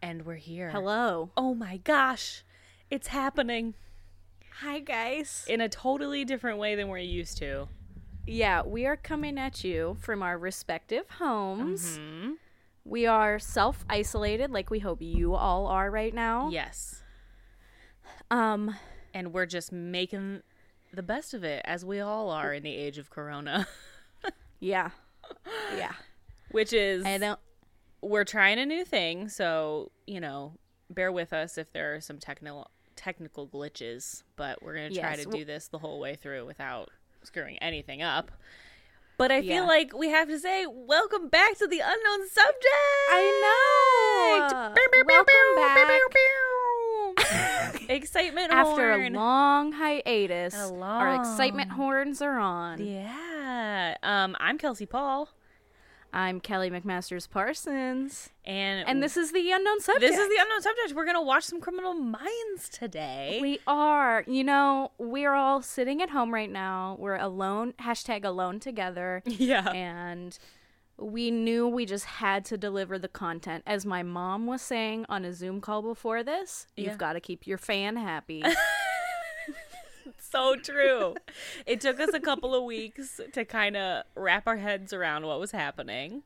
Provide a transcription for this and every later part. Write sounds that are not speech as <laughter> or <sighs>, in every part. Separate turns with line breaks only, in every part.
And we're here.
Hello.
Oh my gosh. It's happening
Hi, guys.
in a totally different way than we're used to.
Yeah, we are coming at you from our respective homes. We are self isolated, like we hope you all are right now.
Yes.
Um,
And we're just making the best of it as we all are in the age of corona, <laughs>
<laughs> yeah. Yeah.
which is
I don't.
we're trying a new thing, so, you know, bear with us if there are some technical technical glitches, but we're going to try
Yes,
to
w-
do this the whole way through without screwing anything up. But I
Yeah.
feel like we have to say welcome back to the unknown subject.
I know.
Bow, bow, bow,
Welcome
bow, bow,
back.
bow,
<laughs>
bow. Excitement
After a
horn.
long hiatus,
A
our excitement horns are on.
yeah. Um, I'm Kelsey Paul,
I'm Kelly McMasters Parsons,
and
and this is the unknown subject.
this is the unknown subject. We're gonna watch some Criminal Minds today.
We are. You know, we're all sitting at home right now. We're alone, hashtag alone together.
<laughs> <laughs> yeah.
and we knew we just had to deliver the content. As my mom was saying on a Zoom call before this,
Yeah.
you've got to keep your fan
<laughs>
happy.
so true. it took us a couple of weeks to kind of wrap our heads around what was happening.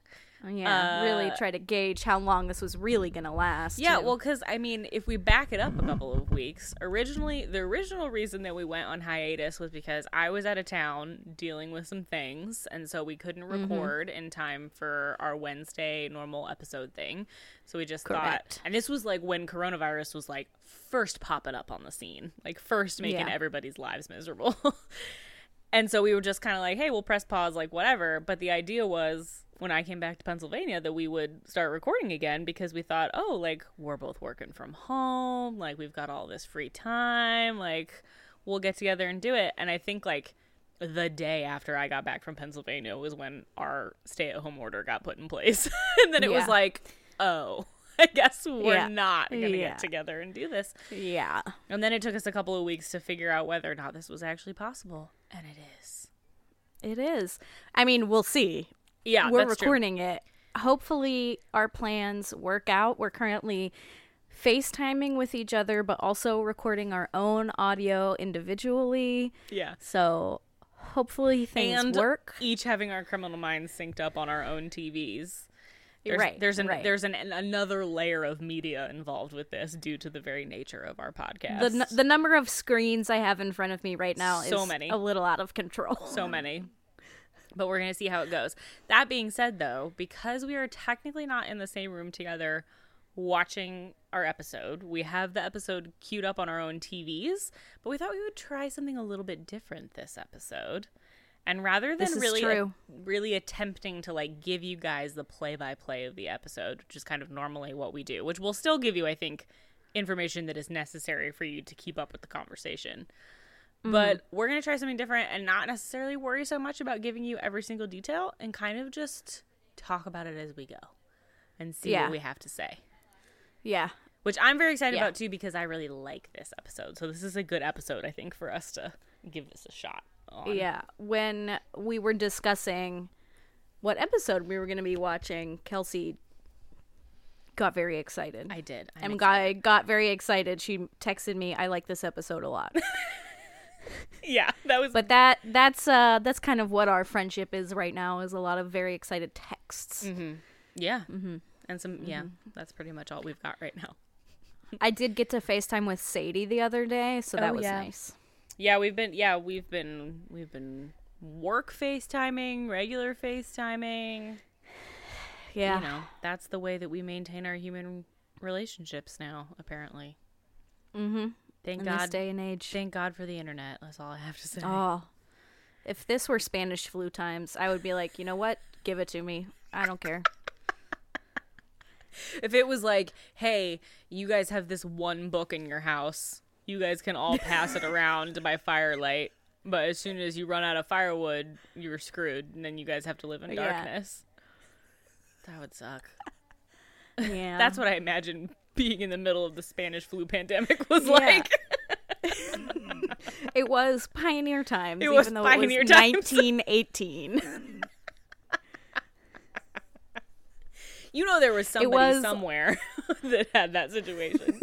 yeah, really
Uh,
try to gauge how long this was really going to last.
Yeah,
too.
well, because I mean, if we back it up a couple of weeks, originally the original reason that we went on hiatus was because I was out of town dealing with some things, and so we couldn't
Mm-hmm.
record in time for our Wednesday normal episode thing. So we just
Correct.
thought, and this was like when coronavirus was like first popping up on the scene, like first making
Yeah.
everybody's lives miserable. <laughs> and so we were just kind of like, hey, we'll press pause, like whatever. But the idea was when I came back to Pennsylvania that we would start recording again because we thought, oh, like we're both working from home, like we've got all this free time, like we'll get together and do it. And I think like the day after I got back from Pennsylvania was when our stay at home order got put in place. <laughs> and then it was
Yeah.
like, oh, <laughs> I guess we're
Yeah.
not going to
Yeah.
get together and do this.
yeah,
And then it took us a couple of weeks to figure out whether or not this was actually possible. And it is.
it is. I mean, we'll see.
Yeah,
We're
that's true.
recording it. Hopefully, our plans work out. We're currently FaceTiming with each other, but also recording our own audio individually.
Yeah.
So hopefully things
And
work.
each having our criminal minds synced up on our own TVs. There's,
Right,
There's an
right.
there's an, an another layer of media involved with this due to the very nature of our podcast.
The, n- the number of screens I have in front of me right now
So
is
many.
a little out of control.
so many. But we're going to see how it goes. That being said, though, because we are technically not in the same room together watching our episode, we have the episode queued up on our own TVs, but we thought we would try something a little bit different this episode. And rather than
This is
really
true.
really attempting to like give you guys the play-by-play of the episode, which is kind of normally what we do, which will still give you I think information that is necessary for you to keep up with the conversation but we're going to try something different and not necessarily worry so much about giving you every single detail and kind of just talk about it as we go and see
Yeah.
what we have to say
<laughs> Yeah.
which i'm very excited
Yeah.
about too because i really like this episode so this is a good episode i think for us to give this a shot on.
Yeah. When we were discussing what episode we were going to be watching, Kelsey got very excited.
i did I'm
and
excited.
guy got very excited. She texted me, "I like this episode
<laughs>
a lot."
yeah <laughs> that was
but that that's uh that's kind of what our friendship is right now is a lot of very excited texts.
yeah mm-hmm. and some yeah that's pretty much all we've got right now
I did get to FaceTime with Sadie the other day, so that was
Oh, yeah.
nice.
Yeah, we've been yeah, we've been we've been work FaceTiming, regular FaceTiming.
Yeah.
You know, that's the way that we maintain our human relationships now, apparently. Mm-hmm. Thank
in
God
this day and age.
thank God for the internet, that's all I have to say.
Oh, if this were Spanish flu times, I would be like, you know what? Give it to me. I don't care.
If it was like, hey, you guys have this one book in your house, you guys can all pass it around by firelight. But as soon as you run out of firewood, you're screwed, and then you guys have to live in
Yeah.
darkness. That would suck.
<laughs> <laughs> Yeah.
That's what I imagine being in the middle of the Spanish flu pandemic <laughs> was
Yeah.
like.
<laughs> it was pioneer times,
It
even
was
though
pioneer
it was
times.
1918.
You know, there was somebody
was-
somewhere <laughs> that had that situation.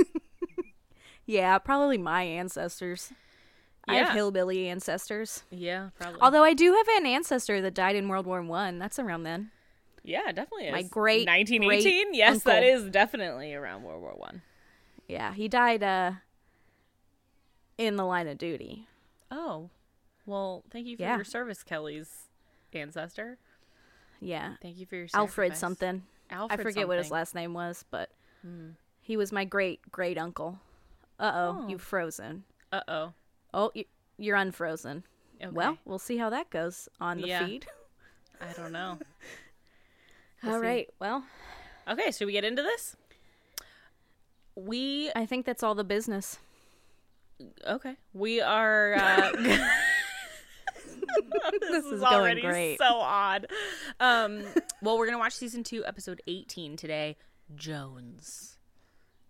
<laughs> yeah, probably my ancestors. <laughs> I
Yeah.
have hillbilly ancestors.
yeah, probably.
Although I do have an ancestor that died in World War One. That's around then.
yeah, definitely. Is.
my great,
1918.
great
yes, that
uncle.
is definitely around World War One.
Yeah, he died uh, in the line of duty.
Oh, well, thank you for
Yeah.
your service, Kelly's ancestor.
Yeah,
Thank you for your
Alfred
sacrifice.
something.
Alfred
I forget what his
something. Hmm.
last name was, but he was my great great uncle. Uh oh, you've frozen.
Uh oh.
Oh, you, you're unfrozen.
Okay.
Well, we'll see how that goes on the
Yeah.
feed.
<laughs> I don't know.
All right. Well,
Okay, should we get into this? We
I think that's all the business.
okay. We are. <laughs> Uh, this
is going
already
great.
so odd. <laughs> Um, well, we're gonna watch season two, episode eighteen today. Jones,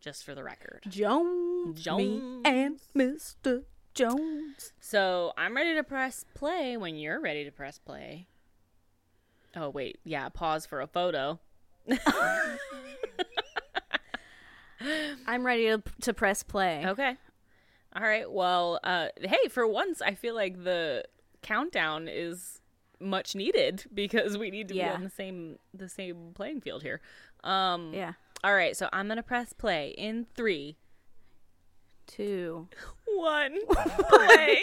just for the record.
Jones,
Jones.
and Mr. Jones.
So I'm ready to press play when you're ready to press play. Oh wait, yeah. Pause for a photo.
I'm ready to, to press play.
Okay. All right. Well, uh, hey, for once, I feel like the countdown is much needed <laughs> because we need to be
Yeah.
on the same the same playing field here. Um,
Yeah.
All right. So I'm gonna press play in three,
Two.
<laughs> one,
<laughs>
play.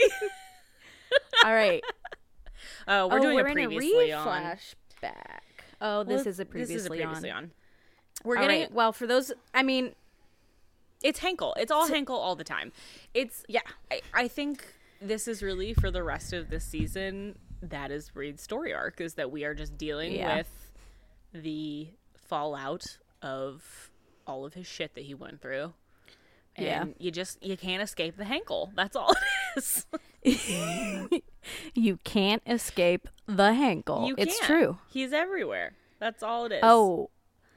All right.
uh, we're
oh,
doing
we're
a
in
previously
a
on.
reflashback. Oh, this is a previously,
this is a previously
on.
on. We're
All
getting
right. Well, for those, I mean,
it's Henkel. It's all Henkel all the time. It's yeah. I, I think this is really for the rest of this season. That is Reed's story arc is that we are just dealing
Yeah.
with the fallout of all of his shit that he went through. And
Yeah.
you just you can't escape the Henkel. That's all it is. <laughs>
you can't escape the Henkel.
You
it's
can't.
true.
He's everywhere. That's all it is.
Oh,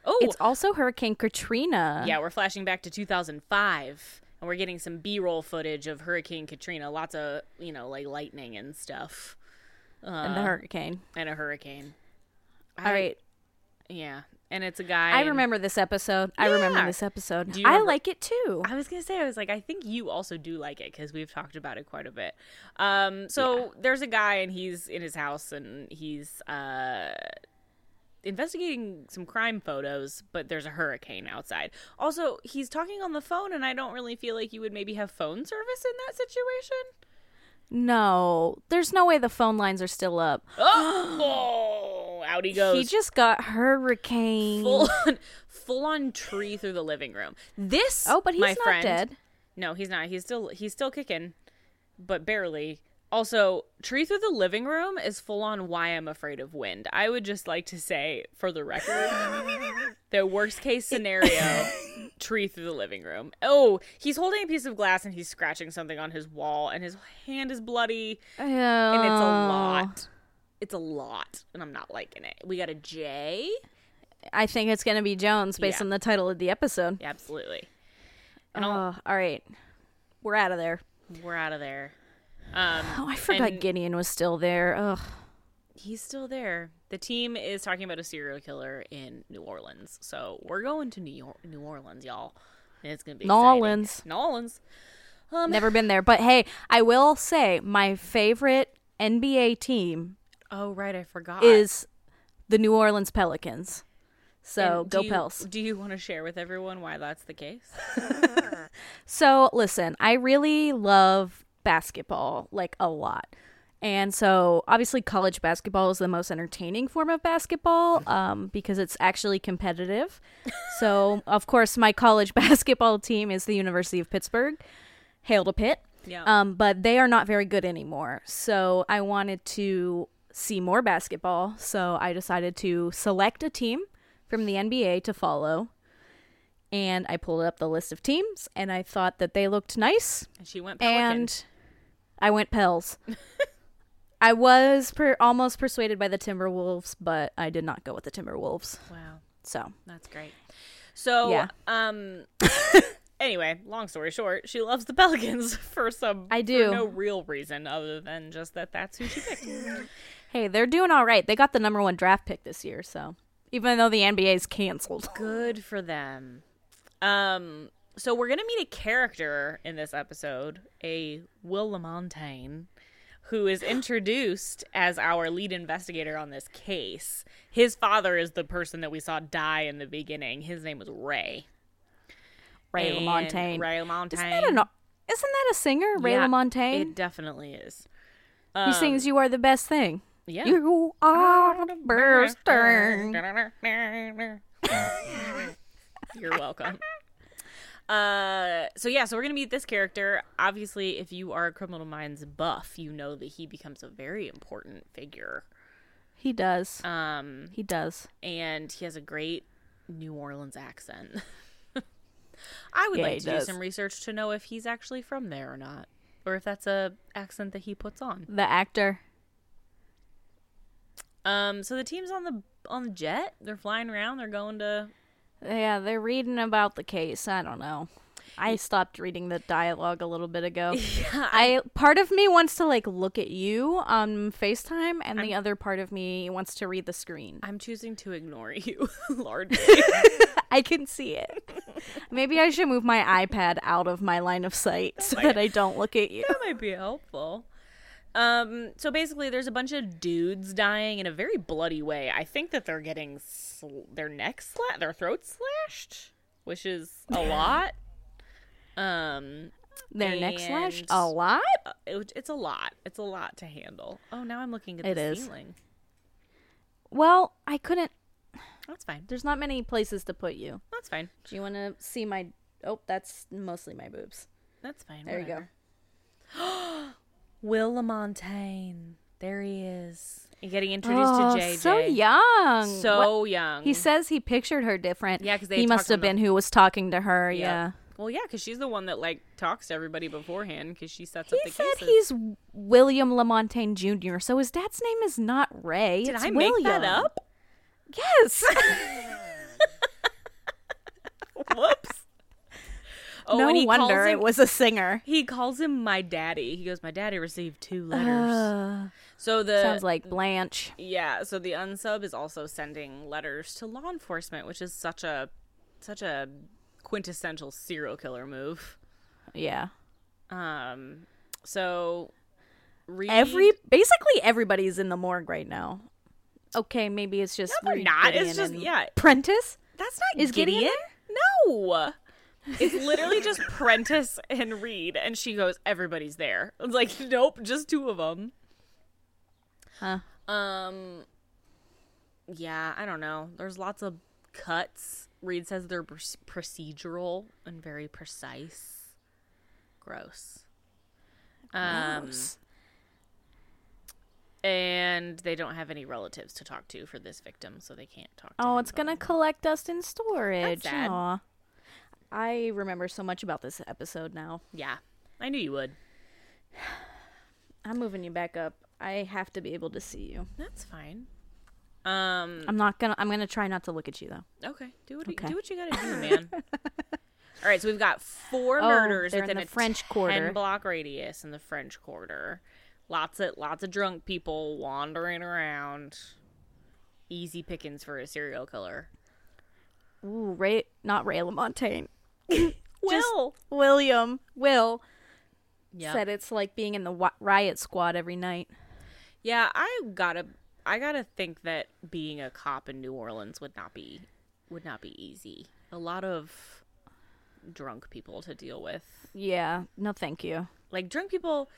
oh,
it's also Hurricane Katrina.
Yeah, we're flashing back to 2005, and we're getting some B-roll footage of Hurricane Katrina. Lots of you know, like lightning and stuff,
and
Uh,
the hurricane.
and a hurricane.
All right.
Yeah, and it's a guy.
I
and-
remember this episode. I remember
Yeah.
this episode.
Do you
I
remember-
like it too.
I was gonna say, I was like, I think you also do like it because we've talked about it quite a bit. Um, so there's a guy, and he's in his house, and he's uh, investigating some crime photos, but there's a hurricane outside. Also, he's talking on the phone, and I don't really feel like you would maybe have phone service in that situation.
No, there's no way the phone lines are still up.
Oh, <gasps> out he goes.
He just got hurricane.
full on, full on tree through the living room. This
oh, but he's
my
not
friend-
dead.
No, he's not. He's still he's still kicking, but barely. Also, tree through the living room is full on why I'm afraid of wind. I would just like to say for the <laughs> record the worst case scenario tree through the living room. Oh, he's holding a piece of glass and he's scratching something on his wall and his hand is bloody and it's a
Oh,
lot. It's a lot, and I'm not liking it. We got a J.
I think it's gonna be Jones based
Yeah.
on the title of the episode.
Yeah, absolutely.
Oh, all right, we're out of there.
We're out of there. Um,
Oh, I forgot
And-
Gideon was still there. Ugh.
he's still there. The team is talking about a serial killer in New Orleans, so we're going to New York, New Orleans, y'all. And it's gonna be
New
exciting.
Orleans.
New Orleans.
Never been there, but hey, I will say my favorite NBA team
Oh right, I forgot.
is the New Orleans Pelicans. So
And
oh, go
do you-
Pels.
Do you want to share with everyone why that's the
<laughs>
case?
So, listen, I really love basketball, like a lot. And so, obviously, college basketball is the most entertaining form
<laughs>
of basketball um, because it's actually competitive. so, of course, my college <laughs> basketball team is the University of Pittsburgh. Hail to Pitt.
Yeah.
Um, but they are not very good anymore. So, I wanted to see more basketball. So, I decided to select a team from the NBA to follow and I pulled up the list of teams and I thought that they looked nice
And she went pelican.
and I went Pels. <laughs> I was per- almost persuaded by the Timberwolves, but I did not go with the Timberwolves.
wow.
So
That's great. So,
Yeah. <laughs>
um, anyway, long story short, she loves the Pelicans <laughs> for some
I
for
do.
no real reason other than just that that's who she picked.
hey, they're doing all right. They got the number one draft pick this year. So even though the NBA's canceled, <laughs>
Good for them. Um, so we're gonna meet a character in this episode, a Will Lamontagne, who
<gasps>
is introduced as our lead investigator on this case. His father is the person that we saw die in the beginning. His name was Ray.
Ray
And
LaMontagne.
Ray LaMontagne.
Isn't that, an, isn't that a singer, Ray
Yeah,
LaMontagne?
It definitely is. Um,
he sings "You Are the Best Thing."
Yeah.
You are the best thing.
You're welcome. Uh, so yeah, so we're gonna meet this character. Obviously, if you are a Criminal Minds buff, you know that he becomes a very important figure.
He does.
Um,
He does.
and he has a great New Orleans accent. <laughs> I would
Yeah,
like
he
to
does.
do some research to know if he's actually from there or not, or if that's a accent that he puts on.
The actor.
Um, so the team's on the on the jet. They're flying around. They're going to.
Yeah, they're reading about the case. I don't know. I stopped reading the dialogue a little
<laughs>
bit ago. I part of me wants to like look at you on FaceTime, and the other part of me wants to read the screen.
I'm choosing to ignore you <laughs> largely.
<laughs> I can
<laughs>
see it. Maybe I should move my iPad out of my line of sight
<laughs>
so that I don't look at you.
that might be helpful. Um, so basically, there's a bunch of dudes dying in a very bloody way. I think that they're getting sl- their necks slashed, their throats slashed, which is
<laughs>
a lot. Um,
Their neck slash
And-
a lot.
it- it's a lot. It's a lot to handle. Oh, now I'm looking at
It
the
is.
ceiling.
Well, I couldn't.
That's fine.
There's not many places to put you.
That's fine.
Do you want to see my? Oh, that's mostly my boobs.
That's fine.
There you go.
go. Will LaMontagne. There he is. And getting introduced to JJ.
Oh, so young. What-
So young.
he says he pictured her different.
Yeah, 'cause they
he
talked
must have
on the-
been who was talking to her.
Yep.
Yeah.
Well, yeah, because she's the one that like talks to everybody beforehand because she sets up
He
the
said
cases.
he's William Lamontagne Jr. So his dad's name is not Ray.
Did
it's
I make
William.
that
<laughs>
up?
Yes.
Whoops. <laughs> oh,
no
and he calls
wonder
him-
it was a singer.
He calls him my daddy. He goes, "My daddy received two letters."
Uh,
so <laughs> the
sounds like Blanche.
yeah, so the unsub is also sending letters to law enforcement, which is such a such a quintessential serial killer move.
Yeah.
Um, so Reed,
Every basically everybody's in the morgue right now. Okay, maybe it's just
No, they're
Reed
not. It's
Gideon
just-
and
yeah.
Prentice.
That's not
Is Gideon
No. It's literally just Prentice and Reed, and she goes, "Everybody's there." It's like, nope, just two of them.
Huh.
Um. Yeah, I don't know. There's lots of cuts. Reed says they're pr- procedural and very precise. Gross. Um,
Gross.
and they don't have any relatives to talk to for this victim, so they can't talk. to
Oh,
him
it's
about
gonna collect dust in storage.
sad.
Aw. I remember so much about this episode now.
Yeah, I knew you would.
I'm moving you back up. I have to be able to see you.
That's fine. Um.
I'm not gonna. I'm gonna try not to look at you though.
Okay. Do what
Okay.
do what you gotta
<laughs>
do, man. All right. So we've got four
Oh,
murders
they're in
within
the
a
French Quarter.
ten block radius in the French Quarter. Lots of lots of drunk people wandering around. Easy pickings for a serial killer.
Ooh, Ray, not Ray LaMontagne. <laughs>
Will.
William Will
Yeah.
said it's like being in the wi- riot squad every night.
Yeah. I gotta. I gotta think that being a cop in New Orleans would not be would not be easy. A lot of drunk people to deal with.
Yeah. No, thank you.
like drunk people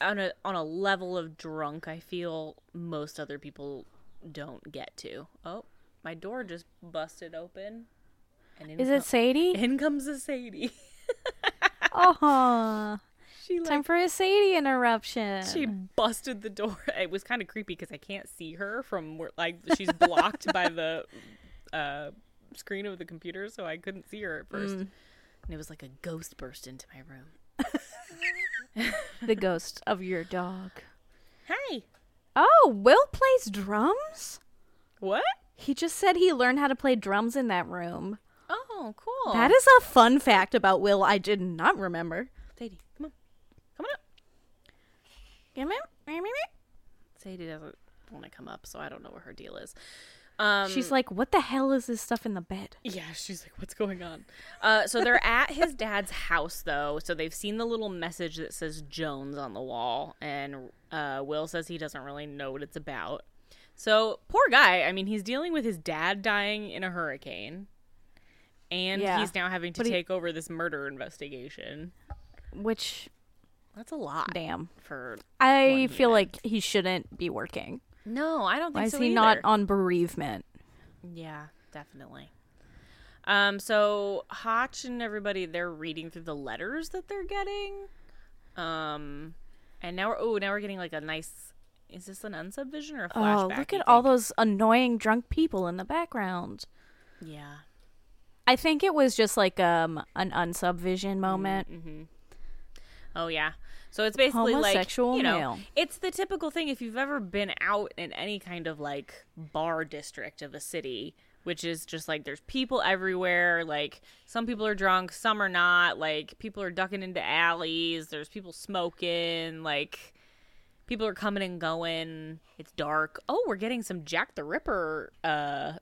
on a on a level of drunk I feel most other people don't get to. Oh, my door just busted open. And in
Is it Sadie?
in comes a Sadie. <laughs>
oh,
She like
time for a Sadie interruption.
she busted the door. <laughs> It was kind of creepy because I can't see her from where like she's blocked by the <laughs> uh, screen of the computer, so I couldn't see
Mm.
her at first. And it was like a ghost burst into my room.
<laughs> the ghost of your dog.
Hey,
Oh, Will plays drums.
what?
He just said he learned how to play drums in that room.
Oh, cool.
That is a fun fact about Will I did not remember.
Sadie, come on. Come on up. Sadie doesn't want to come up, so I don't know what her deal is. Um,
She's like, what the hell is this stuff in the bed?
Yeah, she's like, what's going on? Uh, so they're at his dad's house, though. So they've seen the little message that says Jones on the wall, and uh, Will says he doesn't really know what it's about. So poor guy. I mean, he's dealing with his dad dying in a hurricane, and
Yeah.
he's now having to
But he-
take over this murder investigation.
Which,
That's a lot
damn.
for.
I
One
feel like he shouldn't be working.
No, I don't think
Why is
so.
he
either.
not on bereavement?
Yeah, definitely. Um, so Hotch and everybody they're reading through the letters that they're getting. Um and now we're oh, now we're getting like a nice is this an unsubvision or a flashback?
Oh, look
you
at all
think?
those annoying drunk people in the background.
Yeah.
I think it was just like um an unsubvision moment.
Mm-hmm. Oh yeah. So it's basically
Homosexual
like you know,
male.
it's the typical thing if you've ever been out in any kind of like bar district of a city, which is just like there's people everywhere, like some people are drunk, some are not, like people are ducking into alleys, there's people smoking, like people are coming and going, it's dark. Oh, we're getting some Jack the Ripper uh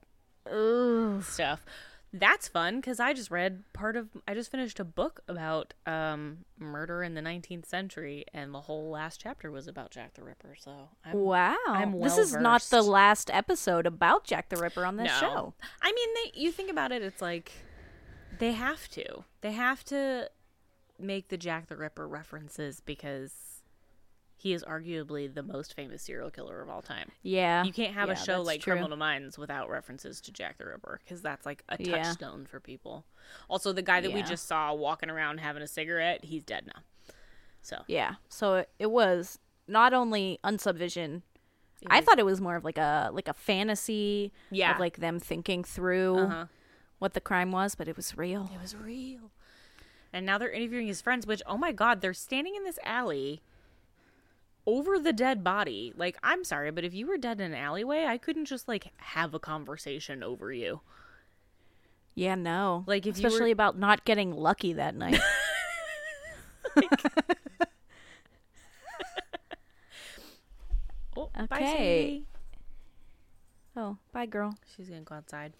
stuff. That's fun because I just read part of, I just finished a book about um, murder in the 19th century, and the whole last chapter was about Jack the Ripper. So I'm,
Wow.
I'm
this is not the
well-versed.
last episode about Jack the Ripper on this
No.
show.
I mean, they, you think about it, it's like they have to. They have to make the Jack the Ripper references because he is arguably the most famous serial killer of all time.
Yeah.
You can't have a
Yeah,
show
that's
like
true.
Criminal Minds without references to Jack the Ripper because that's like a
Yeah.
touchstone for people. Also, the guy that we
Yeah.
just saw walking around having a cigarette, he's dead now. So
Yeah. So it, it was not only unsubvision. I thought it was more of like a like a fantasy
Yeah.
of like them thinking through
Uh-huh.
what the crime was, but it was real.
it was real. And now they're interviewing his friends, which oh my god, they're standing in this alley over the dead body. Like I'm sorry, but if you were dead in an alleyway, I couldn't just like have a conversation over you.
Yeah, no.
Like, if you were-
especially about not getting lucky that night. <laughs>
Oh, bye,
Okay.
Sadie.
oh, bye girl.
She's gonna go outside.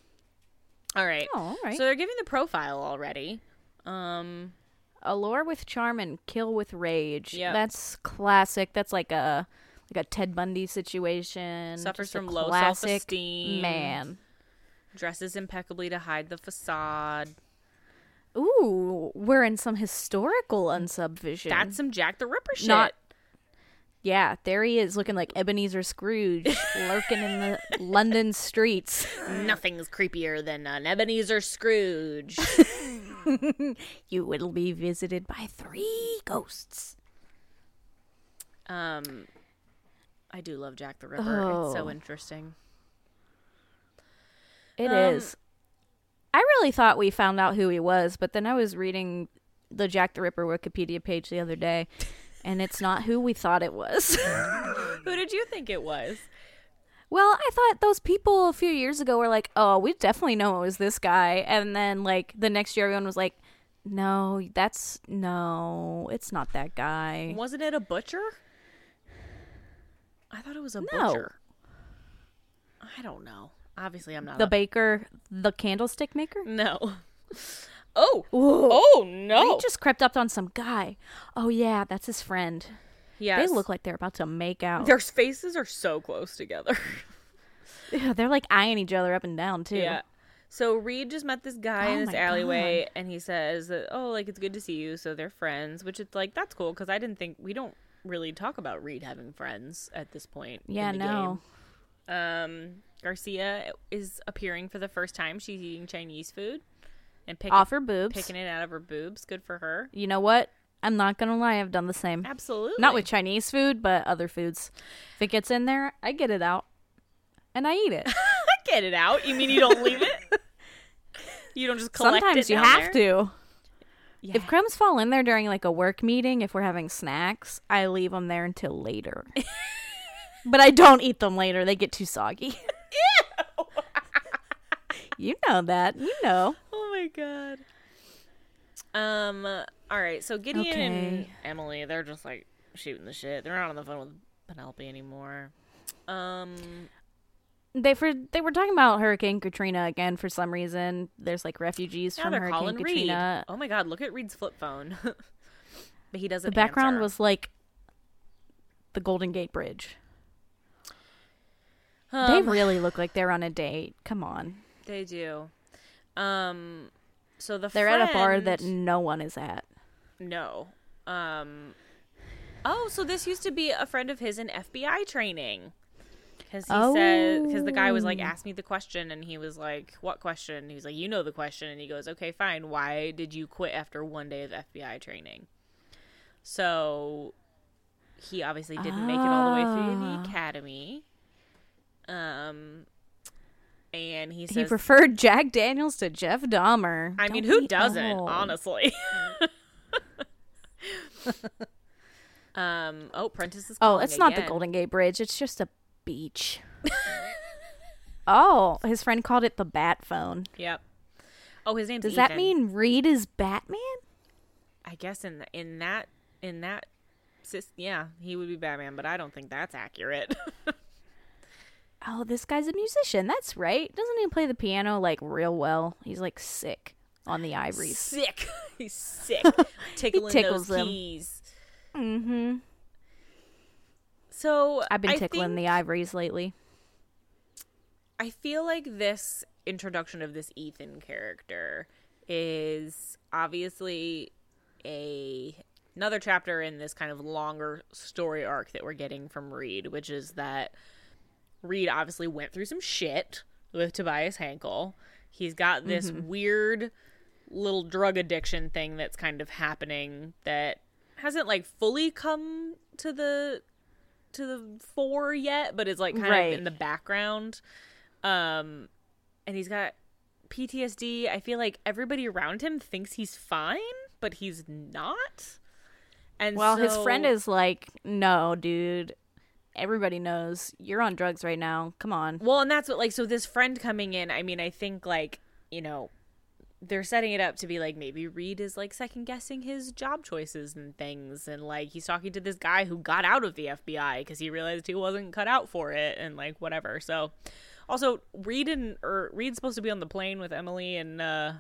All right.
Oh, all right.
So they're giving the profile already. Um,
Allure with charm and kill with rage.
Yep.
That's classic. That's like a like a Ted Bundy situation.
Suffers
Mm, Just a
from low
classic
self-esteem.
Man.
dresses impeccably to hide the facade.
Mm. Ooh, we're in some historical unsubvision.
That's some Jack the Ripper shit. <clears throat>
Not- yeah, there he is looking like Ebenezer Scrooge
<laughs>
lurking in the London streets.
Nothing's creepier than an Ebenezer
<laughs>
Scrooge.
You will be visited by three ghosts.
um, I do love Jack the Ripper. It's so
Oh.
interesting.
It is.
Um,
I really thought we found out who he was, but then I was reading the Jack the Ripper Wikipedia page the other day, and it's not who we thought it was. <laughs>
Who did you think it was?
well, I thought those people a few years ago were like, oh, we definitely know it was this guy. And then, like, the next year, everyone was like, no, that's no, it's not that guy.
Wasn't it a butcher? I thought it was a
No.
butcher. I don't know. Obviously, I'm not
The
a-
baker, the candlestick maker?
<laughs> no. <laughs> Oh, oh no!
They just crept up on some guy. Oh, yeah, that's his friend.
yes.
They look like they're about to make out.
Their faces are so close together. <laughs>
Yeah, <laughs> they're like eyeing each other up and down too.
Yeah. So Reed just met this guy
Oh
in this
my
alleyway, and he says that oh, like it's good to see you. So they're friends, which it's like that's cool because I didn't think we don't really talk about Reed having friends at this point. in
Yeah,
the
no.
game. Um, Garcia is appearing for the first time. She's eating Chinese food and picking
Off her boobs.
picking it out of her boobs. Good for her.
You know what? I'm not gonna lie, I've done the same.
Absolutely.
Not with Chinese food, but other foods. If it gets in there, I get it out. And I eat it.
get it out. You mean you don't leave
<laughs>
it? You don't just <laughs> collect it
Sometimes you
down
have
there?
to. If crumbs fall in there during like a work meeting, if we're having snacks, I leave them there until
<laughs> <laughs>
later. but I don't eat them later. They get too soggy. you know that. You know.
Oh my god. Um. All right. So Gideon and
Okay.
Emily, they're just like shooting the shit. They're not on the phone with Penelope anymore. Um.
They for they were talking about Hurricane Katrina again for some reason. There's like refugees
Now
from
they're
Hurricane
calling Reed.
Katrina.
Oh my god! Look at Reed's flip phone. <laughs> but he doesn't.
The background
answer.
was like the Golden Gate Bridge. they
Um,
really look like they're on a date. Come on.
They do. Um. So the
They're at a bar that
friend-
no one is at.
no. Um. Oh, so this used to be a friend of his in FBI training. Because he said, because the guy was like,
Oh.
ask me the question, and he was like, what question? And he was like, you know the question, and he goes, okay, fine. Why did you quit after one day of FBI training? So he obviously didn't make it all the way through
Ah.
the academy. Um, and he says
he preferred Jack Daniels to Jeff Dahmer.
I
Don't
mean, who
be
doesn't,
old.
honestly?
<laughs>
um. Oh, Prentice is.
Oh,
calling
it's not the
again.
Golden Gate Bridge. It's just a
<laughs>
beach. oh, his friend called it the Bat Phone.
Yep. Oh, his name's.
Does that
Ethan.
mean Reed is Batman?
I guess in the, in that in that, sis- yeah, he would be Batman, but I don't think that's accurate.
Oh, this guy's a musician. That's right. Doesn't he play the piano like real well? He's like sick on the
<laughs>
ivories.
sick. He's
<laughs>
sick. Tickling
tickles
those
them.
keys.
Mm-hmm.
So
I've been
I
tickling
think-
the ivories lately.
I feel like this introduction of this Ethan character is obviously a another chapter in this kind of longer story arc that we're getting from Reed, which is that Reed obviously went through some shit with Tobias Hankel. He's got this weird little drug addiction thing that's kind of happening that hasn't like fully come to the to the fore yet, but it's like kind
Right.
of in the background. Um and he's got PTSD. I feel like everybody around him thinks he's fine, but he's not. And
Well, his
so-
friend is like, "No, dude. Everybody knows you're on drugs right now. Come on."
Well, and that's what like so this friend coming in, I mean, I think like, you know, they're setting it up to be like maybe Reed is like second guessing his job choices and things and like he's talking to this guy who got out of the FBI cuz he realized he wasn't cut out for it and like whatever. So also Reed and or Reed's supposed to be on the plane with Emily and uh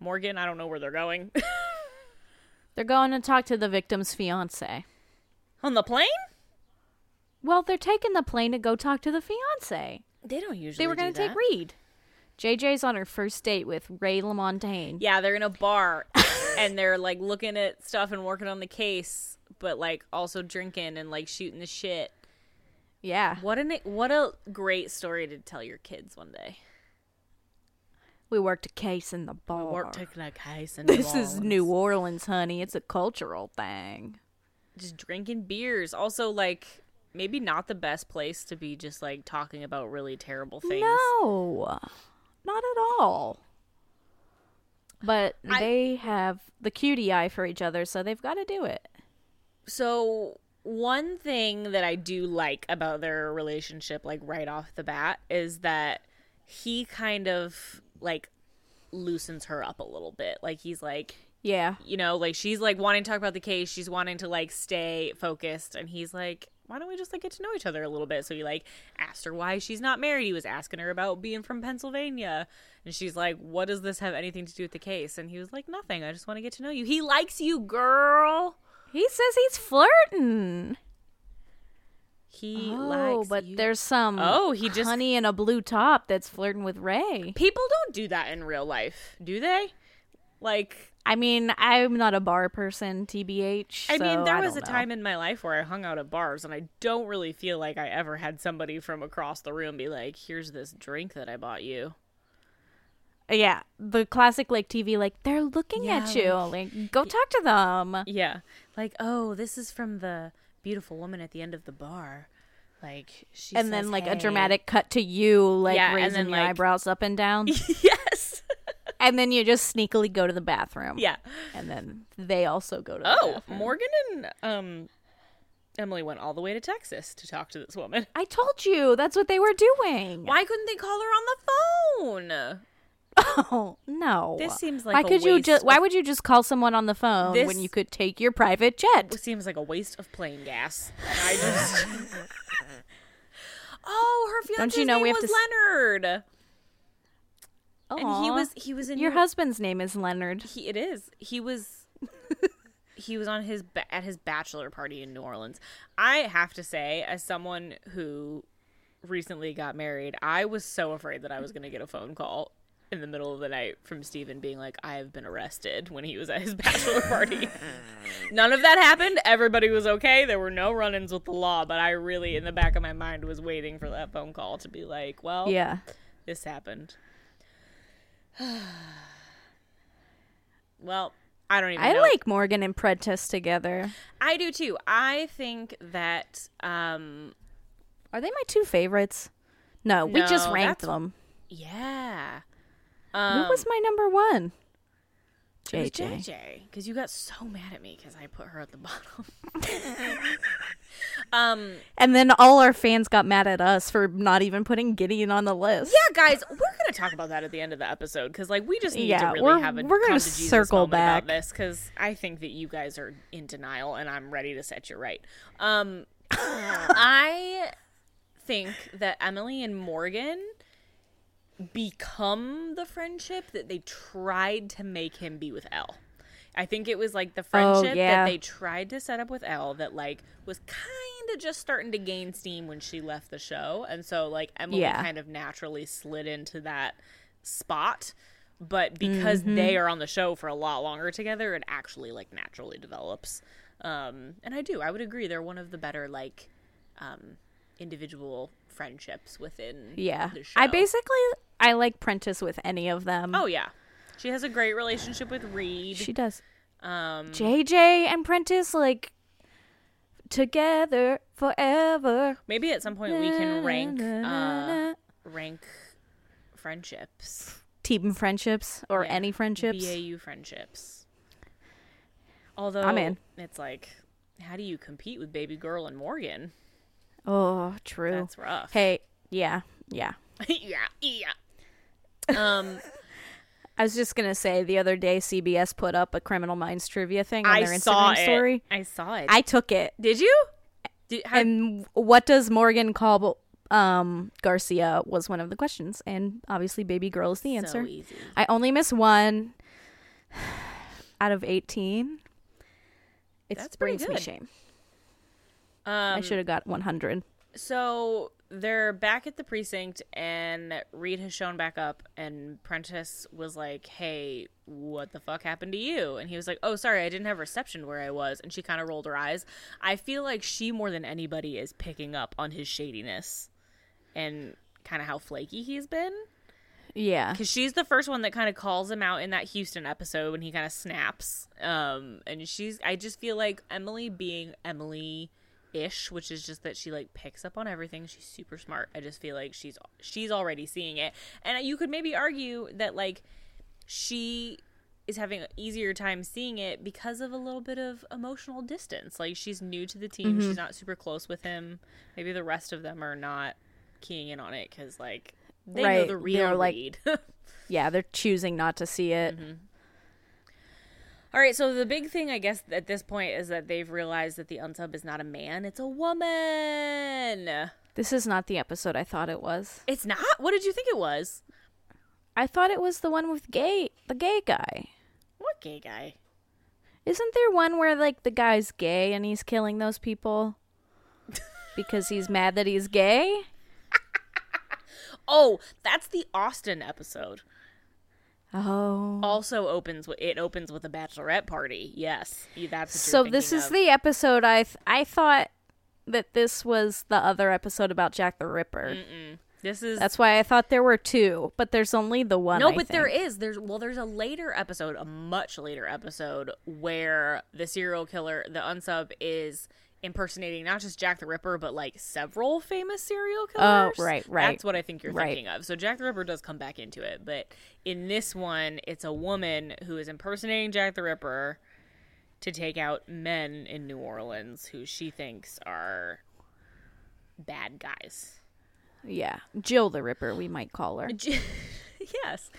Morgan, I don't know where they're going. <laughs>
They're going to talk to the victim's fiance.
on the plane?
Well, they're taking the plane to go talk to the fiance.
They don't usually
They were
going to
take Reed. JJ's on her first date with Ray LaMontagne.
Yeah, they're in a <laughs> bar and they're like looking at stuff and working on the case, but like also drinking and like shooting the shit.
Yeah.
What an what a great story to tell your kids one day.
We worked a case in the bar.
taking a case <laughs> and
this is New Orleans, honey. It's a cultural thing.
just drinking beers. Also like maybe not the best place to be just like talking about really terrible things.
No, not at all. But
I-
they have the cutie eye for each other, so they've got to do it.
So one thing that I do like about their relationship, like right off the bat, is that he kind of like loosens her up a little bit. Like he's like,
Yeah.
you know, like she's like wanting to talk about the case, she's wanting to like stay focused, and he's like, why don't we just like get to know each other a little bit? So he like asked her why she's not married. He was asking her about being from Pennsylvania, and she's like, what does this have anything to do with the case? And he was like, nothing. I just want to get to know you. He likes you, girl.
He says he's flirting.
He
Oh,
likes
but
you.
there's some
Oh, he just-
honey in a blue top that's flirting with Ray.
people don't do that in real life, do they? Like,
I mean, I'm not a bar person, tbh.
I mean,
so
there
I
was a
don't know.
time in my life where I hung out at bars, and I don't really feel like I ever had somebody from across the room be like, "Here's this drink that I bought you."
Uh, Yeah, the classic like TV, like they're looking at you, like go talk to them.
Yeah, like, oh, this is from the beautiful woman at the end of the bar. Like, she
and
says,
then like a
"Hey." <laughs>
dramatic cut to you, like
Yeah, and
raising
then,
your
like-
eyebrows up and down,
yes,
and then you just sneakily go to the bathroom.
yeah.
and then they also go to. The
Oh,
bathroom.
Morgan and um, Emily went all the way to Texas to talk to this woman.
I told you that's what they were doing.
Why couldn't they call her on the phone?
Oh <laughs> no!
This seems like
why
a
could you
waste
just? Why
of-
would you just call someone on the phone
This-
when you could take your private jet?
It seems like a waste of plane gas. And I just. <laughs> oh, her
Don't
fiance's
you know
name
we have
was
to s-
Leonard, and he
Aw.
was he was in
Your husband's name is Leonard.
He it is. He was. he was on his ba- at his bachelor party in New Orleans. I have to say, as someone who recently got married, I was so afraid that I was going to get a phone call in the middle of the night from Steven being like, "I have been arrested" when he was at his <laughs> bachelor party. None of that happened. Everybody was okay. There were no run-ins with the law, but I really in the back of my mind was waiting for that phone call to be like, "Well,
Yeah.
this happened. <sighs> well, I don't even
I
know.
like Morgan and Prentice together.
I do too. I think that um
Are they my two favorites? No, we just
No,
ranked
that's- um,
them.
yeah.
Who was my number one? JJ.
JJ cuz you got so mad at me cuz I put her at the <laughs>
<laughs>
bottom. um
And then all our fans got mad at us for not even putting Gideon on the list.
yeah, guys, we're going to talk about that at the end of the episode cuz like we just need to
Yeah,
really
we're-
have a
we're gonna
come to Jesus
circle
moment
back.
about this cuz I think that you guys are in denial and I'm ready to set you right.
<laughs>
Um I think that Emily and Morgan become the friendship that they tried to make him be with Elle. I think it was like the
Oh,
friendship
yeah.
that they tried to set up with Elle that like was kind of just starting to gain steam when she left the show, and so like Emily
Yeah.
kind of naturally slid into that spot. But because
Mm-hmm.
they are on the show for a lot longer together, it actually like naturally develops. Um, and I do, I would agree, they're one of the better like um, individual friendships within
Yeah.
the show.
I basically I like Prentice with any of them.
Oh yeah, she has a great relationship with Reed.
she does.
um,
JJ and Prentice like together forever.
maybe at some point we can rank
Na, na,
uh,
na, na.
rank friendships,
team friendships or
Yeah.
any friendships.
BAU friendships. Although
I'm in.
it's like, how do you compete with Baby Girl and Morgan?
Oh, true.
That's rough.
Hey, yeah, yeah.
<laughs> yeah,
<laughs>
yeah. Um,
I was just gonna say the other day CBS put up a Criminal Minds trivia thing on
I
their
saw
Instagram
it.
story.
I saw it.
I took it.
did you? Did, how,
And what does Morgan call um, Garcia was one of the questions, and obviously Baby Girl is the answer.
So easy.
I only miss one out of eighteen. It
That's pretty
brings me
good.
shame.
Um,
I should have got one hundred.
So they're back at the precinct, and Reed has shown back up, and Prentice was like, "Hey, what the fuck happened to you?" And he was like, "Oh, sorry, I didn't have reception where I was." And she kind of rolled her eyes. I feel like she more than anybody is picking up on his shadiness and kind of how flaky he's been
Yeah,
because she's the first one that kind of calls him out in that Houston episode when he kind of snaps. Um, and she's I just feel like Emily being Emily ish, which is just that she like picks up on everything. She's super smart. I just feel like she's she's already seeing it, and you could maybe argue that like she is having an easier time seeing it because of a little bit of emotional distance. Like she's new to the team,
Mm-hmm.
she's not super close with him. Maybe the rest of them are not keying in on it because like they know
Right.
the real
They're,
<laughs>
like,
Reed.
yeah. They're choosing not to see it.
Mm-hmm. All right, so the big thing, I guess, at this point is that they've realized that the unsub is not a man, it's a woman.
This is not the episode I thought it was.
It's not? What did you think it was?
I thought it was the one with gay, the gay guy.
What gay guy?
Isn't there one where like the guy's gay and he's killing
<laughs>
those people because he's mad that he's gay?
Oh, that's the Austin episode.
Oh.
Also opens with it opens with a bachelorette party. Yes, you- that's what
So this is the episode I th- I thought that this was the other episode about Jack the Ripper.
this is
That's why I thought there were two, but there's only the one.
No,
I
but there
think.
is. There's well, there's a later episode, a much later episode, where the serial killer, the unsub, is impersonating not just Jack the Ripper, but like several famous serial killers.
Oh, right, right.
That's what I think you're
Right.
thinking of. So Jack the Ripper does come back into it, but in this one, it's a woman who is impersonating Jack the Ripper to take out men in New Orleans who she thinks are bad guys.
Yeah, Jill the Ripper, we might call her.
J- <laughs>
<laughs>
yes.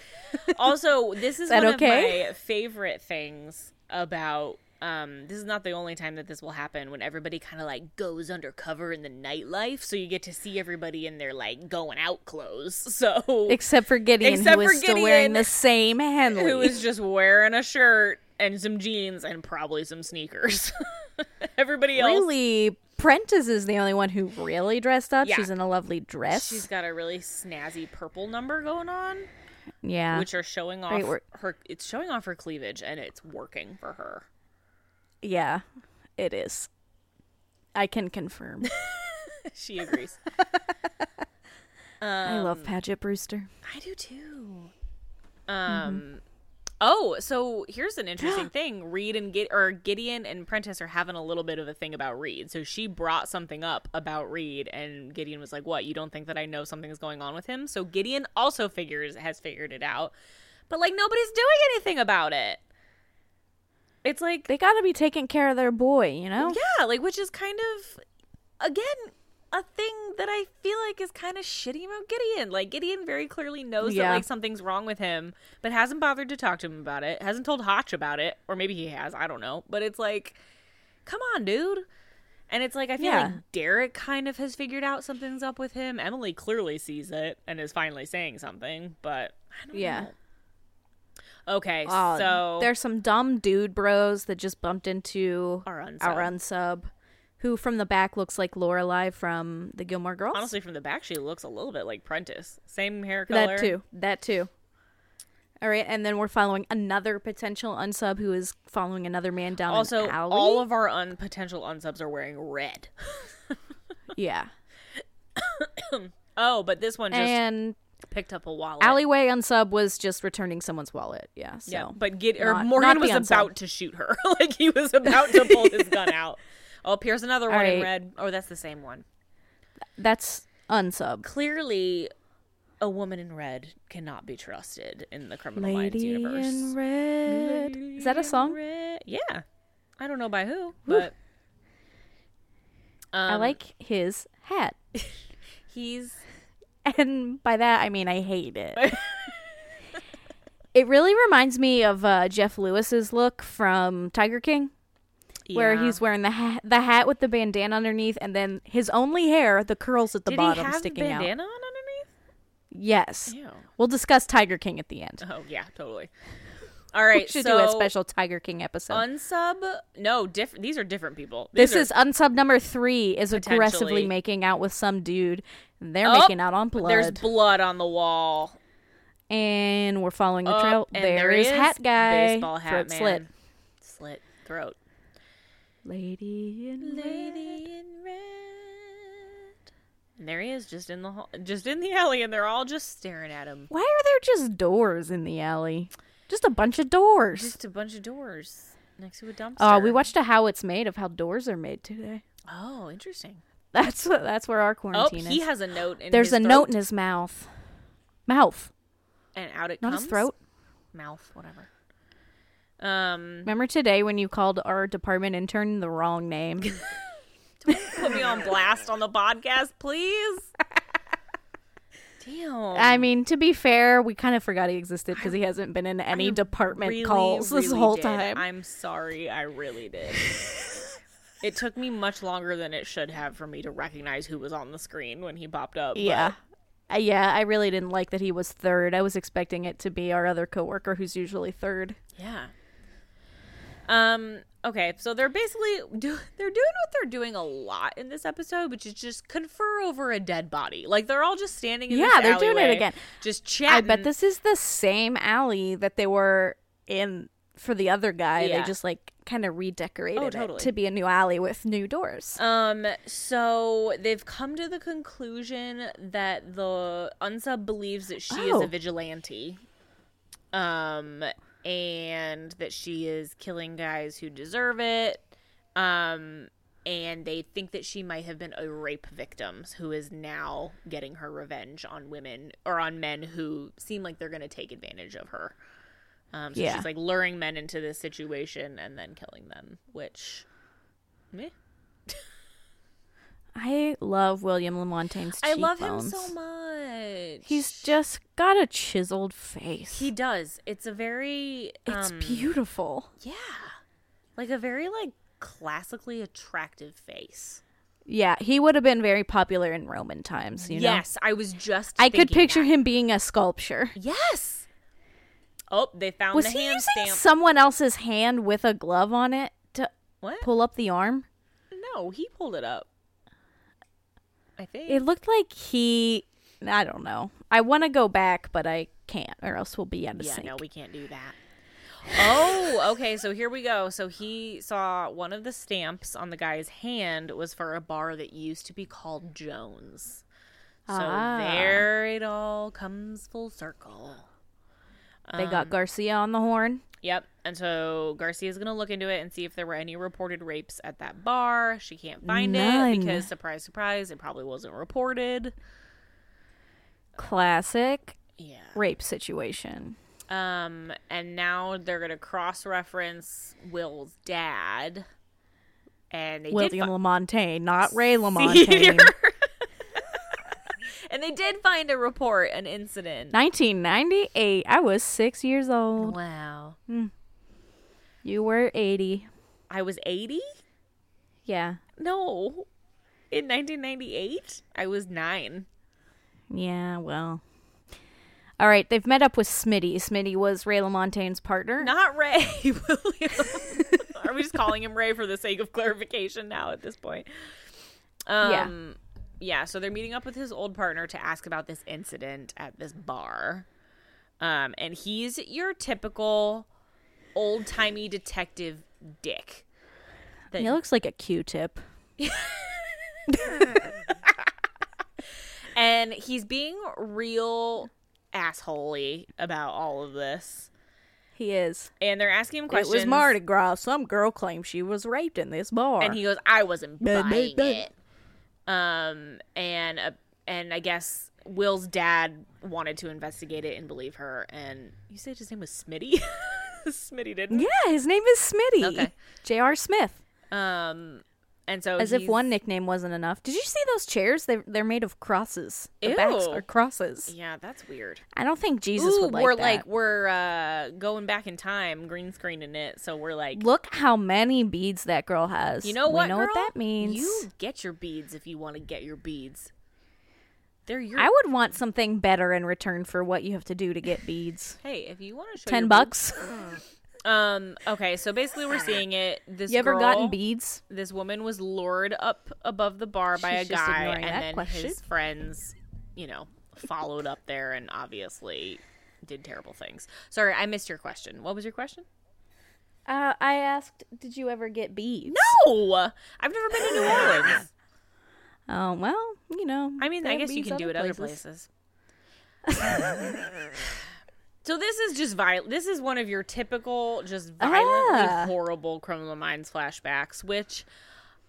Also, this is
that
one
okay?
of my favorite things about. Um, this is not the only time that this will happen when everybody kind of like goes undercover in the nightlife, so you get to see everybody in their like going out clothes. <laughs> So
Except for Gideon,
Except
who is
for
still wearing
Gideon,
the same Henley.
who is just wearing a shirt and some jeans and probably some sneakers. <laughs> everybody else,
really, Prentice is the only one who really dressed up.
Yeah.
She's in a lovely dress.
she's got a really snazzy purple number going on,
yeah,
which are showing off
Right, we're-
her. It's showing off her cleavage, and it's working for her. <laughs>
yeah, it is. I can confirm.
She agrees. Um,
I love Paget Brewster.
I do too. Um. Oh, so here's an interesting thing. Reed and Gid- or Gideon and Prentice are having a little bit of a thing about Reed. So she brought something up about Reed, and Gideon was like, "What? You don't think that I know something is going on with him?" So Gideon also figures has figured it out, but like nobody's doing anything about it. It's like
They got to be taking care of their boy, you know.
yeah, like which is kind of again a thing that I feel like is kind of shitty about Gideon. Like Gideon very clearly knows
Yeah.
that like something's wrong with him, but hasn't bothered to talk to him about it. Hasn't told Hotch about it, or maybe he has. I don't know. But it's like, come on, dude. And it's like I feel
Yeah.
like Derek kind of has figured out something's up with him. Emily clearly sees it and is finally saying something, but I don't
Yeah.
know. Okay,
Um,
so
there's some dumb dude bros that just bumped into
Our unsub.
our unsub, who from the back looks like Lorelai from the Gilmore Girls.
honestly from the back she looks a little bit like Prentice. Same hair color.
that too. That too. All right, and then we're following another potential unsub who is following another man down
Also,
an alley.
all of our un- potential unsubs are wearing red.
yeah,
Oh, but this one <laughs> just
and
picked up a wallet.
alleyway unsub was just returning someone's wallet. Yeah, so
yeah, but Gid- or
not-
Morgan
not
was
the unsub.
about to shoot her. <laughs> like he was about to pull his
<laughs>
gun out. Oh, here's another one in
right.
red. Oh, that's the same one.
that's unsub.
Clearly, a woman in red cannot be trusted in the Criminal Minds
Lady
universe.
in red. is that a song?
Red- Yeah, I don't know by who, but um,
I like his hat.
he's
<laughs> And by that, I mean I hate it.
<laughs>
it really reminds me of uh, Jeff Lewis's look from Tiger King, where
Yeah.
he's wearing the ha- the hat with the bandana underneath, and then his only hair, the curls at the
Did he
bottom
have the
sticking out.
bandana on underneath?
Yes,
Ew.
we'll discuss Tiger King at the end.
Oh yeah, totally. All right,
We should
so
do a special Tiger King episode.
unsub. No, different. These are different people. These
this
are-
is unsub number three is aggressively
Potentially.
making out with some dude. and They're
Oh,
making out on blood,
there's blood on the wall.
and we're following the
Up,
trail.
Oh, and
there is hat guy,
baseball hat
throat
man,
slit.
slit throat.
Lady in
Lady in red. And there he is, just in the hall, just in the alley, and they're all just staring at him.
Why are there just doors in the alley? Just a bunch of doors.
Just a bunch of doors next to a dumpster.
Oh, we watched a How It's Made of how doors are made today. <laughs>
Oh, interesting.
That's what, that's where our
Oh,
quarantine
he
is.
has a note. In
There's
his
a
throat,
note in his mouth. Mouth,
and out it
not
comes.
his throat.
mouth, whatever. Um, <laughs>
Remember today when you called our department intern the
<laughs>
wrong name?
put me on blast on the podcast,
<laughs>
please. Damn.
I mean, to be fair, we kind of forgot he existed because he hasn't been in any department
Really,
calls this
really
whole
did.
time.
I'm sorry, I really did.
<laughs>
it took me much longer than it should have for me to recognize who was on the screen when he popped up. but-
Yeah. Uh, yeah, I really didn't like that he was third. I was expecting it to be our other coworker who's usually third.
Yeah. Um. Okay. So they're basically do- <laughs> they're doing what they're doing a lot in this episode, which is just confer over a dead body. Like they're all just standing. in
Yeah,
this
they're doing it
alleyway,
again.
Just
I
chatting.
bet this is the same alley that they were in for the other guy.
Yeah.
They just like kind of redecorated
Oh, totally.
it to be a new alley with new doors.
Um, so they've come to the conclusion that the unsub believes that she is
Oh.
a vigilante. Um, and that she is killing guys who deserve it. Um, and they think that she might have been a rape victim who is now getting her revenge on women or on men who seem like they're going to take advantage of her. Um, so
Yeah.
she's like luring men into this situation and then killing them, which, meh.
I love William Lamontagne's
I love him so
cheekbones.
much.
image.
He's just got a chiseled face.
He does. It's a very
it's
um,
beautiful.
Yeah. Like a very like classically attractive face.
Yeah, he would have been very popular in Roman times, you know.
yes, I was just
I could
thinking
picture
that.
him being a sculpture.
Yes. Oh, they found
Was
the
he
hand
using
stamp.
someone else's hand with a glove on it to
what?
pull up the arm?
No, he pulled it up. I think.
It looked like he I don't know. I want to go back, but I can't or else we'll be out of
yeah,
sync.
no, we can't do that. oh, okay. So here we go. So he saw one of the stamps on the guy's hand was for a bar that used to be called Jones. So
Ah.
there it all comes full circle.
they
um,
got Garcia on the horn.
Yep. And so Garcia's going to look into it and see if there were any reported rapes at that bar. She can't find it
None.
because, surprise, surprise, it probably wasn't reported.
Classic
Yeah.
rape situation.
Um, and now they're going to cross reference Will's dad. And they
William
did
LaMontagne,
<laughs>
not Ray
find
LaMontagne.
<laughs> and they did find a report, an incident.
1998. I was 6 years old.
Wow.
You were 80.
I was 80?
Yeah.
No. In 1998, I was 9.
Yeah, well. All right, they've met up with Smitty. Smitty was Ray LaMontagne's partner.
Not Ray <laughs> William. Are we just calling him Ray for the sake of clarification now at this point? Um, yeah. so they're meeting up with his old partner to ask about this incident at this bar. Um, and he's your typical old timey detective dick. That
He looks like a Q-tip.
and he's being real assholey about all of this.
He is.
And they're asking him questions.
It was Mardi Gras. Some girl claimed she was raped in this bar.
and he goes, "I wasn't
Bah, bah,
buying
bah.
it." Um, and uh, and I guess Will's dad wanted to investigate it and believe her. And you said his name was Smitty. <laughs> Smitty didn't.
yeah, his name is Smitty.
Okay.
J.R. Smith.
Um, and so
As if
he's-
one nickname wasn't enough. Did you see those chairs? They they're made of crosses. The backs
Ew.
are crosses.
Yeah, that's weird.
I don't think Jesus
Ooh,
would like
we're
that.
like we're uh going back in time, green screening it. So we're like,
Look how many beads that girl has.
you know what?
We know what
girl?
that means.
You get your beads if you want to get your beads. They're your.
I would want something better in return for what you have to do to get
<laughs>
beads.
hey, if you want to show
Ten
your
bucks.
Um. Okay. So basically, we're seeing it. This
You ever
girl,
gotten beads?
This woman was lured up above the bar by
She's
a
just
guy,
ignoring
and
that
then
question.
his friends, you know, followed up there and obviously did terrible things. Sorry, I missed your question. What was your question?
Uh, I asked, did you ever get beads?
Oh, I've never been to New <laughs> Orleans.
No. Oh well, you know.
I mean,
Mm-hmm. they
I
have
guess you
beads
can do it other places. <laughs> so this is just violent. This is one of your typical, just violently
Ah.
horrible criminal minds flashbacks. Which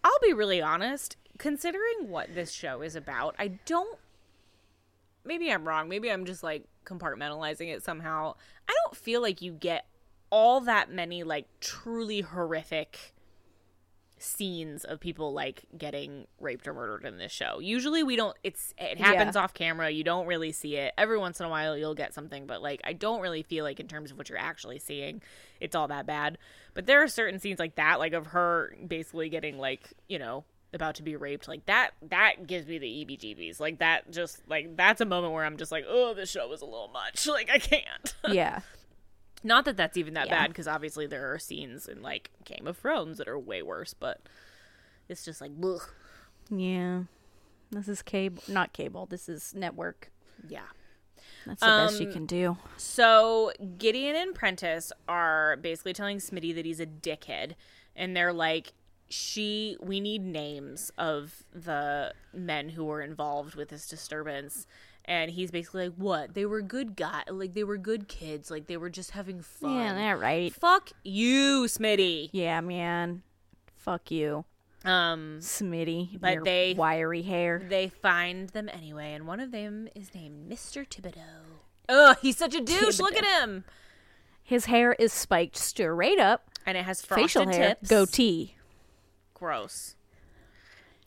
I'll be really honest, considering what this show is about, I don't. Maybe I'm wrong. Maybe I'm just like compartmentalizing it somehow. I don't feel like you get all that many like truly horrific scenes of people like getting raped or murdered in this show. Usually we don't it's it happens off camera. You don't really see it. Every once in a while you'll get something, but like I don't really feel like in terms of what you're actually seeing, it's all that bad. But there are certain scenes like that like of her basically getting like, you know, about to be raped. Like that that gives me the E EBGBs. Like that just like that's a moment where I'm just like, "Oh, this show is a little much. <laughs> Like I can't." <laughs>
Yeah.
Not that that's even that
Yeah.
bad, because obviously there are scenes in like Game of Thrones that are way worse, but it's just like, ugh.
Yeah. This is cable, not cable. This is network. Um,
yeah.
That's the best you can do.
So Gideon and Prentice are basically telling Smitty that he's a dickhead, and they're like, "She, we need names of the men who were involved with this disturbance." And he's basically like, "What? They were good guy, like they were good kids, like they were just having fun."
Yeah, that right.
Fuck you, Smitty.
Yeah, man. Fuck you,
Um,
Smitty.
But
your
they-
wiry hair.
They find them anyway, and one of them is named Mr. Thibodeau. Ugh, he's such a douche. Look at him.
His hair is spiked straight up.
And it has frosted
Facial hair,
tips.
goatee.
Gross.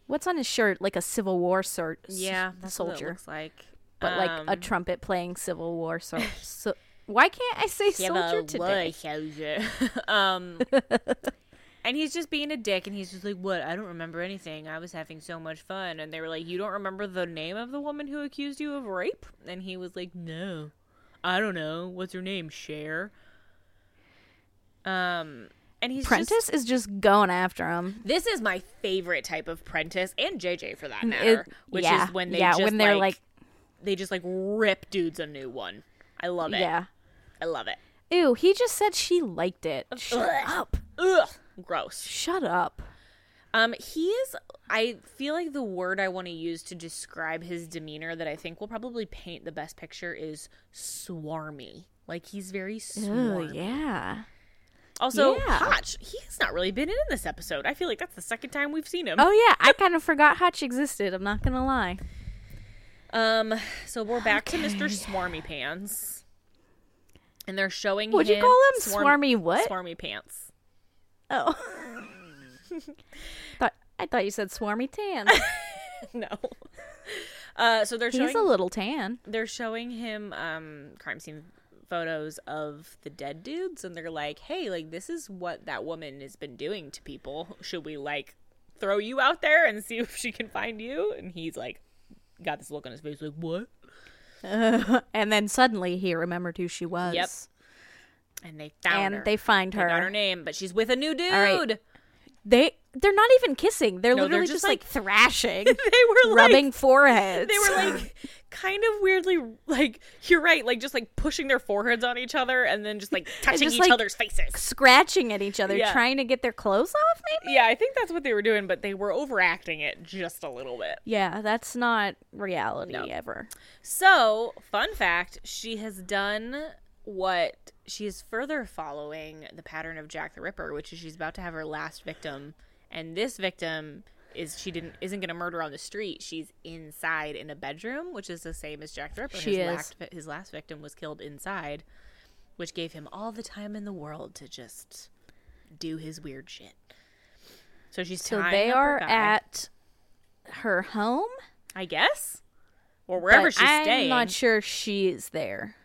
What's on his shirt? Like a Civil War sort.
Yeah, that's
soldier.
what it looks like.
but like a
Um,
trumpet playing Civil
<laughs>
War. So, so why can't I say soldier today?
soldier. <laughs>
<laughs>
um, and he's just being a dick, and he's just like, "What? I don't remember anything. I was having so much fun." And they were like, "You don't remember the name of the woman who accused you of rape?" And he was like, "No, I don't know. What's her name? Cher." Um, and he's
Prentice
Just,
is just going after him.
this is my favorite type of Prentice and JJ for that
Mm, It-
matter, which
yeah,
is when they
yeah,
just
when they're
like,
like,
they just like rip dudes a new one. I love it.
yeah.
I love it.
Ew, he just said she liked it. Shut
Ugh.
up.
Ugh, gross.
Shut up.
Um, he is. I feel like the word I want to use to describe his demeanor that I think will probably paint the best picture is swarmy. Like he's very
Oh,
swarmy.
yeah.
Also,
Yeah.
Hotch. He's not really been in this episode. I feel like that's the second time we've seen him.
Oh, yeah. I kind of forgot Hotch existed. I'm not going to lie.
Um. So we're back to Mr.
Okay.
Swarmy Pants, and they're showing.
Would you
him
call him
swarm-
swarmy what?
Swarmy Pants. <laughs>
Oh. <laughs> Thought, I thought you said swarmy
<laughs>
tan.
no. Uh. So they're showing
He's a little tan.
they're showing him um crime scene photos of the dead dudes and they're like hey like this is what that woman has been doing to people should we like throw you out there and see <laughs> if she can find you and he's like got this look on his face like what
and then suddenly he remembered who she was.
Yep. and they found
And
her
they find
They
her.
got her name but she's with a new dude <laughs>
right. They they're not even kissing. They're
No, they're
literally
just,
just,
like,
like, thrashing,
they were <laughs> like
<laughs> rubbing foreheads.
they were like kind of weirdly like you're right like just like pushing their foreheads on each other and then just like touching
just,
each
like-
other's faces
<laughs> scratching at each other,
Yeah.
trying to get their clothes off. Maybe.
Yeah, I think that's what they were doing, but they were overacting it just a little bit.
Yeah, that's not reality ever.
So, fun fact she has done what she is further following the pattern of Jack the Ripper, which is she's about to have her last victim, and this victim is she didn't isn't going to murder on the street. She's inside in a bedroom, which is the same as Jack the Ripper.
She
his
is.
Last, his last victim was killed inside, which gave him all the time in the world to just do his weird shit. So she's
So
tying
they
up her
are
guy.
at her home.
I guess. Or wherever
but
she's
I'm
staying.
not sure she is there.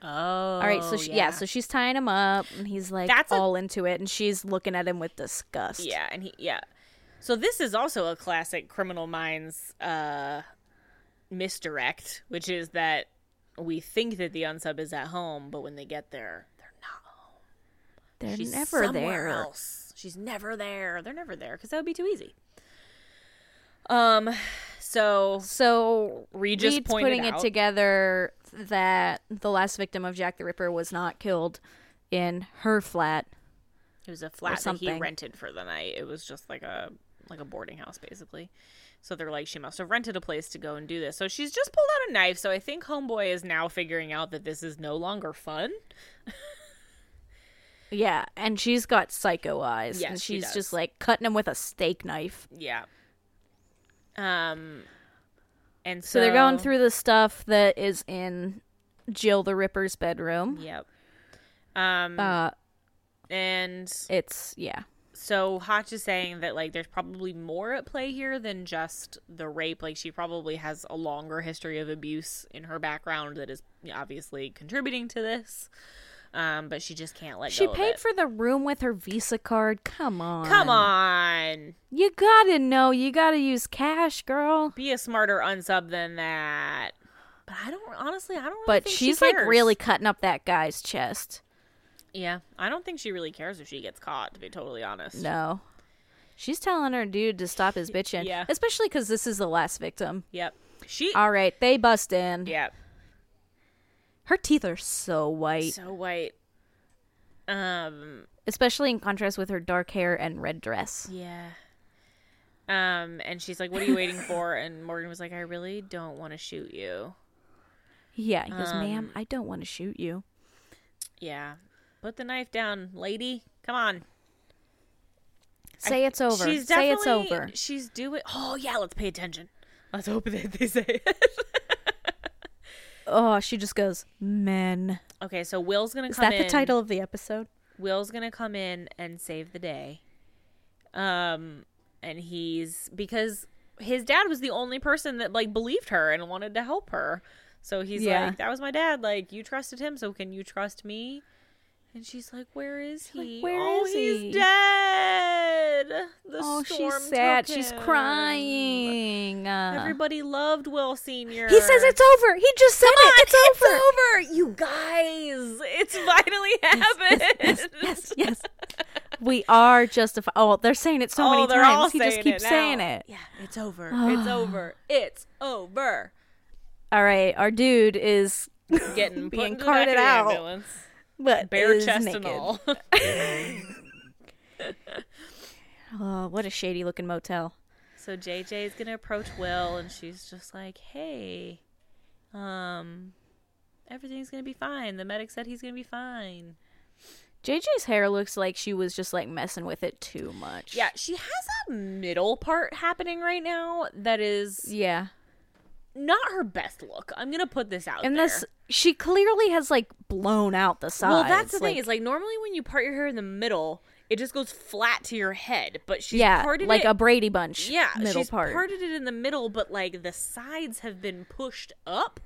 oh.
All right, so she, yeah. so she's tying him up, and he's like
That's a-
all into it, and she's looking at him with disgust.
yeah, and he yeah. So this is also a classic Criminal Minds uh misdirect, which is that we think that the unsub is at home, but when they get there, they're not.
they're
She's
never
somewhere
there.
Else. She's never there. They're never there because that would be too easy. Um, so
So
Regis
Reed's
pointed
putting
out-
it together that the last victim of Jack the Ripper was not killed in her flat.
It was a flat that he
something.
rented for the night. It was just like a like a boarding house basically. So they're like she must have rented a place to go and do this. So she's just pulled out a knife. So I think homeboy is now figuring out that this is no longer fun.
Yeah, and she's got psycho eyes,
Yes,
and
she
she's
does.
just like cutting him with a steak knife.
Yeah. Um and so,
So, they're going through the stuff that is in Jill the Ripper's bedroom.
Yep. Um
Uh,
and
it's yeah,
so Hotch is saying that like there's probably more at play here than just the rape. Like she probably has a longer history of abuse in her background that is obviously contributing to this. Um, but she just can't let
she
go. of
paid
it.
for the room with her Visa card. Come on,
Come on,
you gotta know, you gotta use cash, girl.
be a smarter unsub than that. But I don't honestly. I don't. Really
But
think
she's
she
like
cares.
really cutting up that guy's chest.
Yeah, I don't think she really cares if she gets caught. To be totally honest.
No. She's telling her dude to stop his bitching.
yeah.
Especially because this is the last victim.
Yep. She.
All right, they bust in.
yeah.
Her teeth are so white,
So white. Um.
especially in contrast with her dark hair and red dress.
Yeah. Um, and she's like, "What are you waiting
<laughs>
for?" And Morgan was like, "I really don't want to shoot you."
Yeah, he goes,
Um,
ma'am, I don't want to shoot you.
Yeah, put the knife down, lady. Come on.
Say it's over.
She's
Say
definitely.
it's over.
She's doing. Oh yeah, let's pay attention. Let's hope that they say it.
<laughs> Oh, she just goes, men.
okay, so Will's gonna
Is
come
that
in.
the title of the episode?
Will's gonna come in and save the day. Um, and he's because his dad was the only person that like believed her and wanted to help her. So he's
Yeah.
like, that was my dad. Like you trusted him, so can you trust me? And she's like, where is
like,
he?
"Where
oh,
is
he's
he?"
dead. The
oh, she's
storm
sad.
took
She's
him.
crying. Uh,
Everybody loved Will Senior.
he
<laughs>
says it's over. He just said it. It's over.
It's over, you guys. It's finally happened.
yes, yes, yes. We are justified. Oh, they're saying it so
Oh,
many
they're all
times. He just
saying
keeps
it now.
saying it.
Yeah, it's over. it's over. It's over.
All right, our dude is
Getting put
being
into the back
carted
of the
out,
ambulance,
but
bare
is
chest
naked.
and all. <laughs>
Oh, what a shady looking motel.
so JJ is gonna approach Will, and she's just like, "Hey, um, everything's gonna be fine. The medic said he's gonna be fine."
JJ's hair looks like she was just like messing with it too much.
Yeah, she has a middle part happening right now that is
yeah.
not her best look. I'm gonna put this out.
And
there.
this, she clearly has like blown out the sides.
Well, that's the
like,
thing. Is like normally when you part your hair in the middle, it just goes flat to your head. But she's
yeah,
parted
like
it,
a Brady Bunch.
yeah,
middle
she's
part.
parted it in the middle, but like the sides have been pushed up.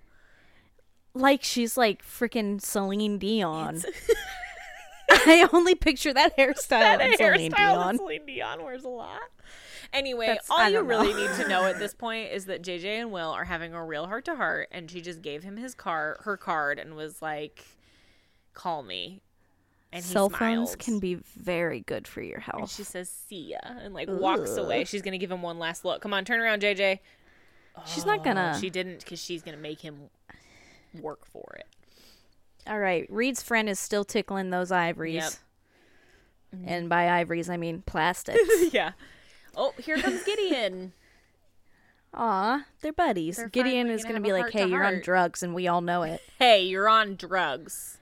like she's like freaking Celine Dion. <laughs>
<laughs>
I only picture that hairstyle <laughs> and Celine
hairstyle that
Dion.
Celine Dion wears a lot. Anyway,
That's-
all
I
you
don't know.
really need to know
<laughs>
at this point is that JJ and Will are having a real heart to heart, and she just gave him his car, her card, and was like, "Call me." And he
Cell phones
smiled.
can be very good for your
And
health.
she says, "See ya," and like walks away. She's gonna give him one last look. Come on, turn around, JJ.
she's not gonna.
She didn't because she's gonna make him work for it.
<laughs> All right, Reed's friend is still tickling those ivories.
Mm-hmm.
And by ivories, I mean
<laughs>
plastics.
yeah. Oh, here comes
<laughs>
Gideon.
Aw, they're buddies.
They're
Gideon
finally
is
gonna
going to
have
be
a
like, "Hey, you're on
heart-to-heart."
drugs," and we all know it.
hey, you're on drugs.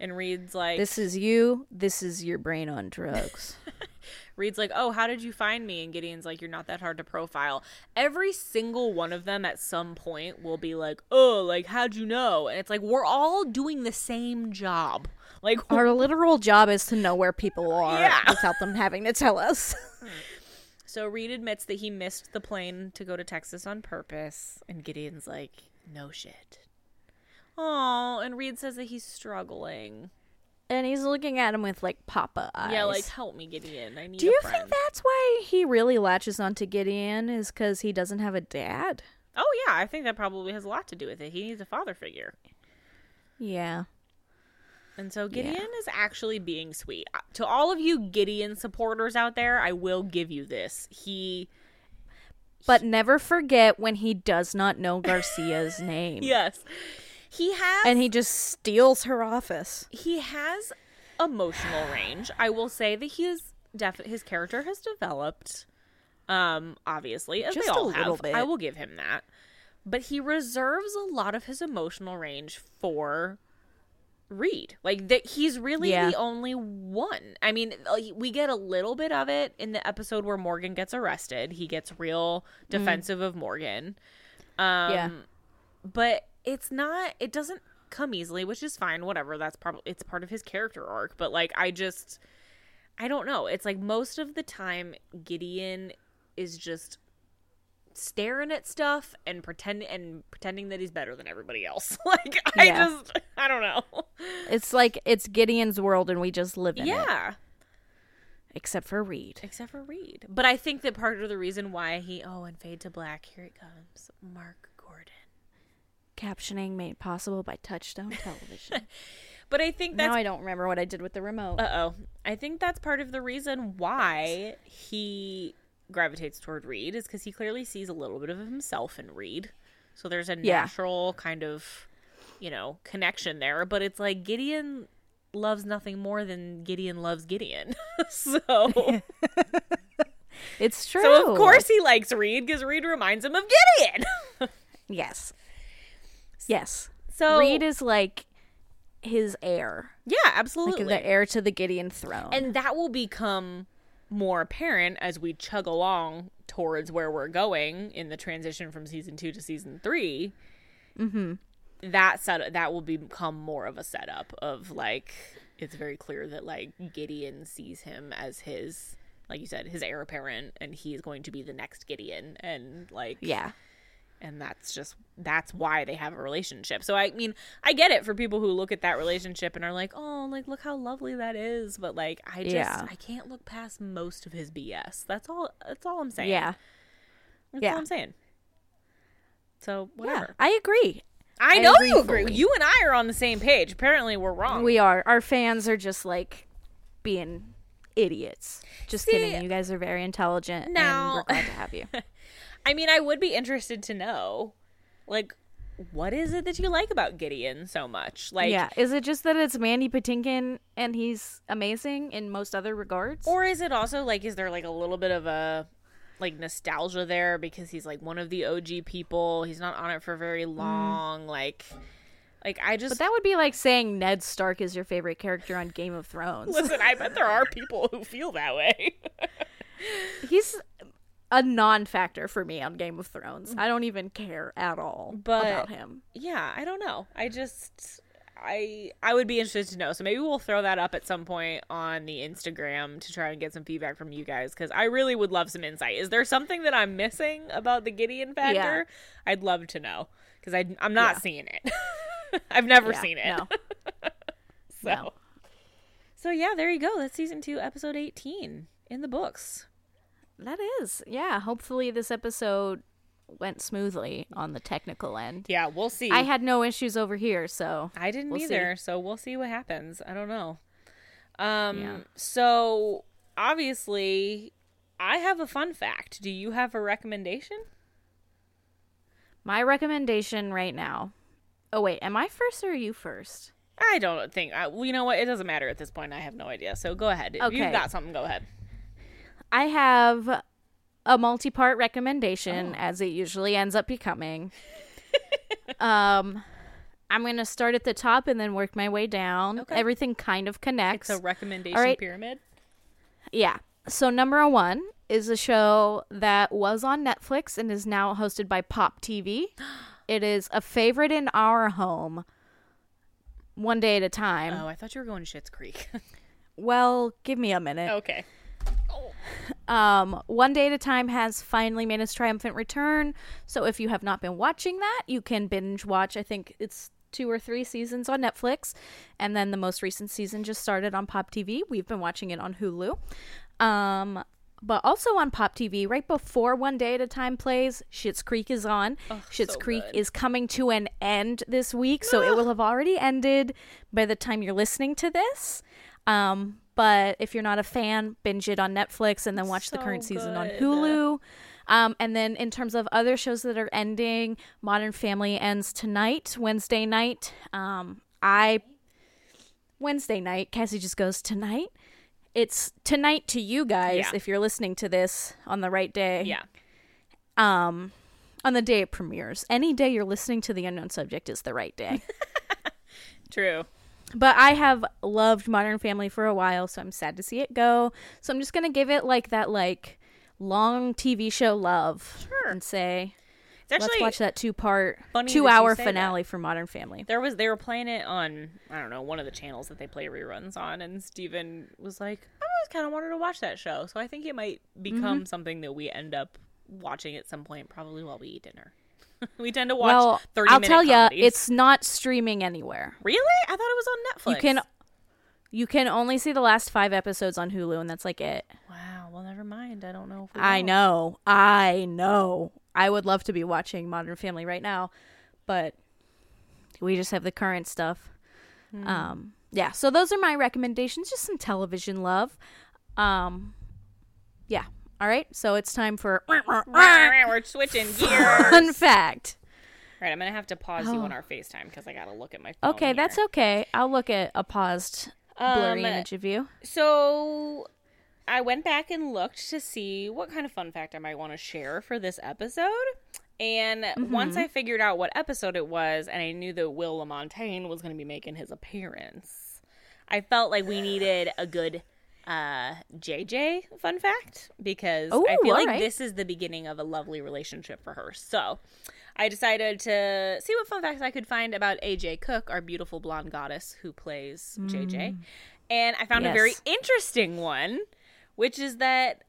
And Reed's like,
This is you. This is your brain on drugs.
Reed's like, oh, how did you find me? And Gideon's like, you're not that hard to profile. Every single one of them at some point will be like, oh, like how'd you know? And it's like we're all doing the same job. <laughs> Like
<laughs> Our literal job is to know where <laughs> people are
Yeah.
without them having to tell <laughs> us.
So Reed admits that he missed the plane to go to Texas on purpose, and Gideon's like, "No shit." Oh, and Reed says that he's struggling.
and he's looking at him with like Papa eyes.
Yeah, like help me, Gideon. I need.
Do you
a friend.
think that's why he really latches onto Gideon is because he doesn't have a dad?
Oh yeah, I think that probably has a lot to do with it. He needs a father figure,
Yeah.
and so Gideon is actually being sweet. Uh, To all of you Gideon supporters out there, I will give you this. He
But never forget when he does not know <laughs> Garcia's name.
yes, he has
And he just steals her office.
he has emotional range. I will say that he is def- his character has developed. Um, obviously, as
Just
they
a
all
little
have.
bit.
I will give him that. But he reserves a lot of his emotional range for Reed. Like that, he's really
Yeah.
the only one. I mean, like, we get a little bit of it in the episode where Morgan gets arrested. He gets real
Mm-hmm.
defensive of Morgan. Um,
yeah.
but it's not it doesn't come easily which is fine whatever that's probably it's part of his character arc but like i just i don't know it's like most of the time gideon is just staring at stuff and pretend and pretending that he's better than everybody else <laughs> like i
Yeah.
just i don't know
It's like it's Gideon's world and we just live in it.
yeah
Except for Reed.
except for reed but i think that part of the reason why he oh and fade to black here it comes mark gordon
Captioning made possible by Touchstone Television.
but i think that's
now I don't remember what I did with the remote.
Uh oh. I think that's part of the reason why he gravitates toward Reed is because he clearly sees a little bit of himself in Reed. So there's a
Yeah.
natural kind of, you know, connection there. But it's like Gideon loves nothing more than Gideon loves Gideon. <laughs> so
it's true.
so of course he likes Reed because Reed reminds him of Gideon. <laughs>
Yes. Yes.
so
Reed is like his heir,
yeah,
like
absolutely.
the heir to the Gideon throne.
And that will become more apparent as we chug along towards where we're going in the transition from season two to season 3 Mm-hmm. That set that will become more of a setup of like it's very clear that like Gideon sees him as his like you said, his heir apparent, and he's going to be the next Gideon, and like
Yeah.
and that's just that's why they have a relationship. So I mean, I get it for people who look at that relationship and are like, "Oh, like look how lovely that is," but like I just
Yeah.
I can't look past most of his BS. That's all that's all I'm saying.
Yeah.
That's
yeah.
all I'm saying. So
Yeah.
whatever.
I agree.
I
I
know
agree
you agree.
fully.
You and I are on the same page. Apparently, we're wrong.
We are. Our fans are just like being idiots. Just
See,
kidding. You guys are very intelligent and
now-
we're glad to have
<laughs>
you.
I mean, I would be interested to know, like, what is it that you like about Gideon so much? Like,
yeah. Is it just that it's Mandy Patinkin and he's amazing in most other regards?
Or is it also like, is there like a little bit of a like nostalgia there because he's like one of the OG people? He's not on it for very long. Like, like I just
but that would be like saying Ned Stark is your favorite character on Game of
<laughs>
Thrones.
listen. I bet there are people who feel that way.
He's a non-factor for me on Game of Thrones. I don't even care at all
But-
about him.
yeah, I don't know. I just. I I would be interested to know. So maybe we'll throw that up at some point on the Instagram to try and get some feedback from you guys cuz I really would love some insight. Is there something that I'm missing about the Gideon factor? I'd love to know cuz I I'm not
Yeah.
seeing it. <laughs> I've never
Yeah,
seen it. <laughs>
No.
So.
No.
So yeah, there you go. That's season two, episode eighteen in the books.
That is. Yeah, hopefully this episode went smoothly on the technical end.
Yeah, we'll see.
I had no issues over here, so
I didn't
We'll see.
either, so we'll see what happens. I don't know. Um
Yeah.
so obviously I have a fun fact. Do you have a recommendation?
my recommendation right now. Oh wait, am I first or are you first?
I don't think. I, well, you know what? It doesn't matter at this point. I have no idea. So go ahead. If you've
Okay.
got something, go ahead.
I have a multi-part recommendation
Oh.
as it usually ends up becoming. <laughs> um I'm going to start at the top and then work my way down.
Okay.
Everything kind of connects.
It's a recommendation
All right.
pyramid.
Yeah. So number one is a show that was on Netflix and is now hosted by Pop TV.
<gasps>
It is a favorite in our home. One day at a time.
Oh, I thought you were going to Shit's Creek.
Well, give me a
<laughs>
minute. <laughs>
okay.
Um, One Day at a Time has finally made its triumphant return. So if you have not been watching that, you can binge watch. I think it's two or three seasons on Netflix. And then the most recent season just started on Pop TV. We've been watching it on Hulu. Um, but also on Pop TV, right before One Day at a Time plays, Schitt's Creek is on. Schitt's
so
Creek
good. Ah.
is coming to an end this week, so it will have already ended by the time you're listening to this. Um, but if you're not a fan, binge it on Netflix and then watch the
So
current season on
good.
Hulu. Um, and then in terms of other shows that are ending, Modern Family ends tonight, Wednesday night. Um, I Wednesday night, Cassie just goes tonight. It's tonight to you guys
Yeah.
if you're listening to this on the right day.
Yeah.
Um, on the day it premieres. Any day you're listening to the unknown subject is the right day. <laughs>
True.
But I have loved Modern Family for a while, so I'm sad to see it go. So I'm just gonna give it like that, like long TV show love,
Sure.
and say
It's actually
let's watch that two part,
funny
two
that you
hour
say
finale for Modern Family.
There was they were playing it on I don't know one of the channels that they play reruns on, and Steven was like, "I always kind of wanted to watch that show, so I think it might
Mm-hmm.
become something that we end up watching at some point, probably while we eat dinner. <laughs> we tend to watch
well,
thirty.
I'll
minute
tell ya,
comedies.
it's not streaming anywhere.
really. I thought it was on Netflix.
You can, you can only see the last five episodes on Hulu, and that's like it.
Wow. Well, never mind. I don't know. If we
I
will.
know, I know. I would love to be watching Modern Family right now, but we just have the current stuff.
Hmm.
Um, yeah. So those are my recommendations. Just some television love. Um, yeah. All right. So it's
<laughs>
time for
<laughs> We're switching
<laughs>
gears.
fun fact.
Right, I'm gonna have to pause you on our Facetime because I gotta look at my. phone
Oh. Okay,
here.
that's okay. I'll look at a paused blurry
Um,
image of you.
So I went back and looked to see what kind of fun fact I might want to share for this episode. And
Mm-hmm.
once I figured out what episode it was, and I knew that Will LaMontagne was going to be making his appearance, I felt like we needed a good uh, JJ fun fact because I
Ooh,
feel like
alright.
this is the beginning of a lovely relationship for her. So I decided to see what fun facts I could find about AJ Cook, our beautiful blonde goddess who plays JJ. And I found a very
Yes.
interesting one, which is that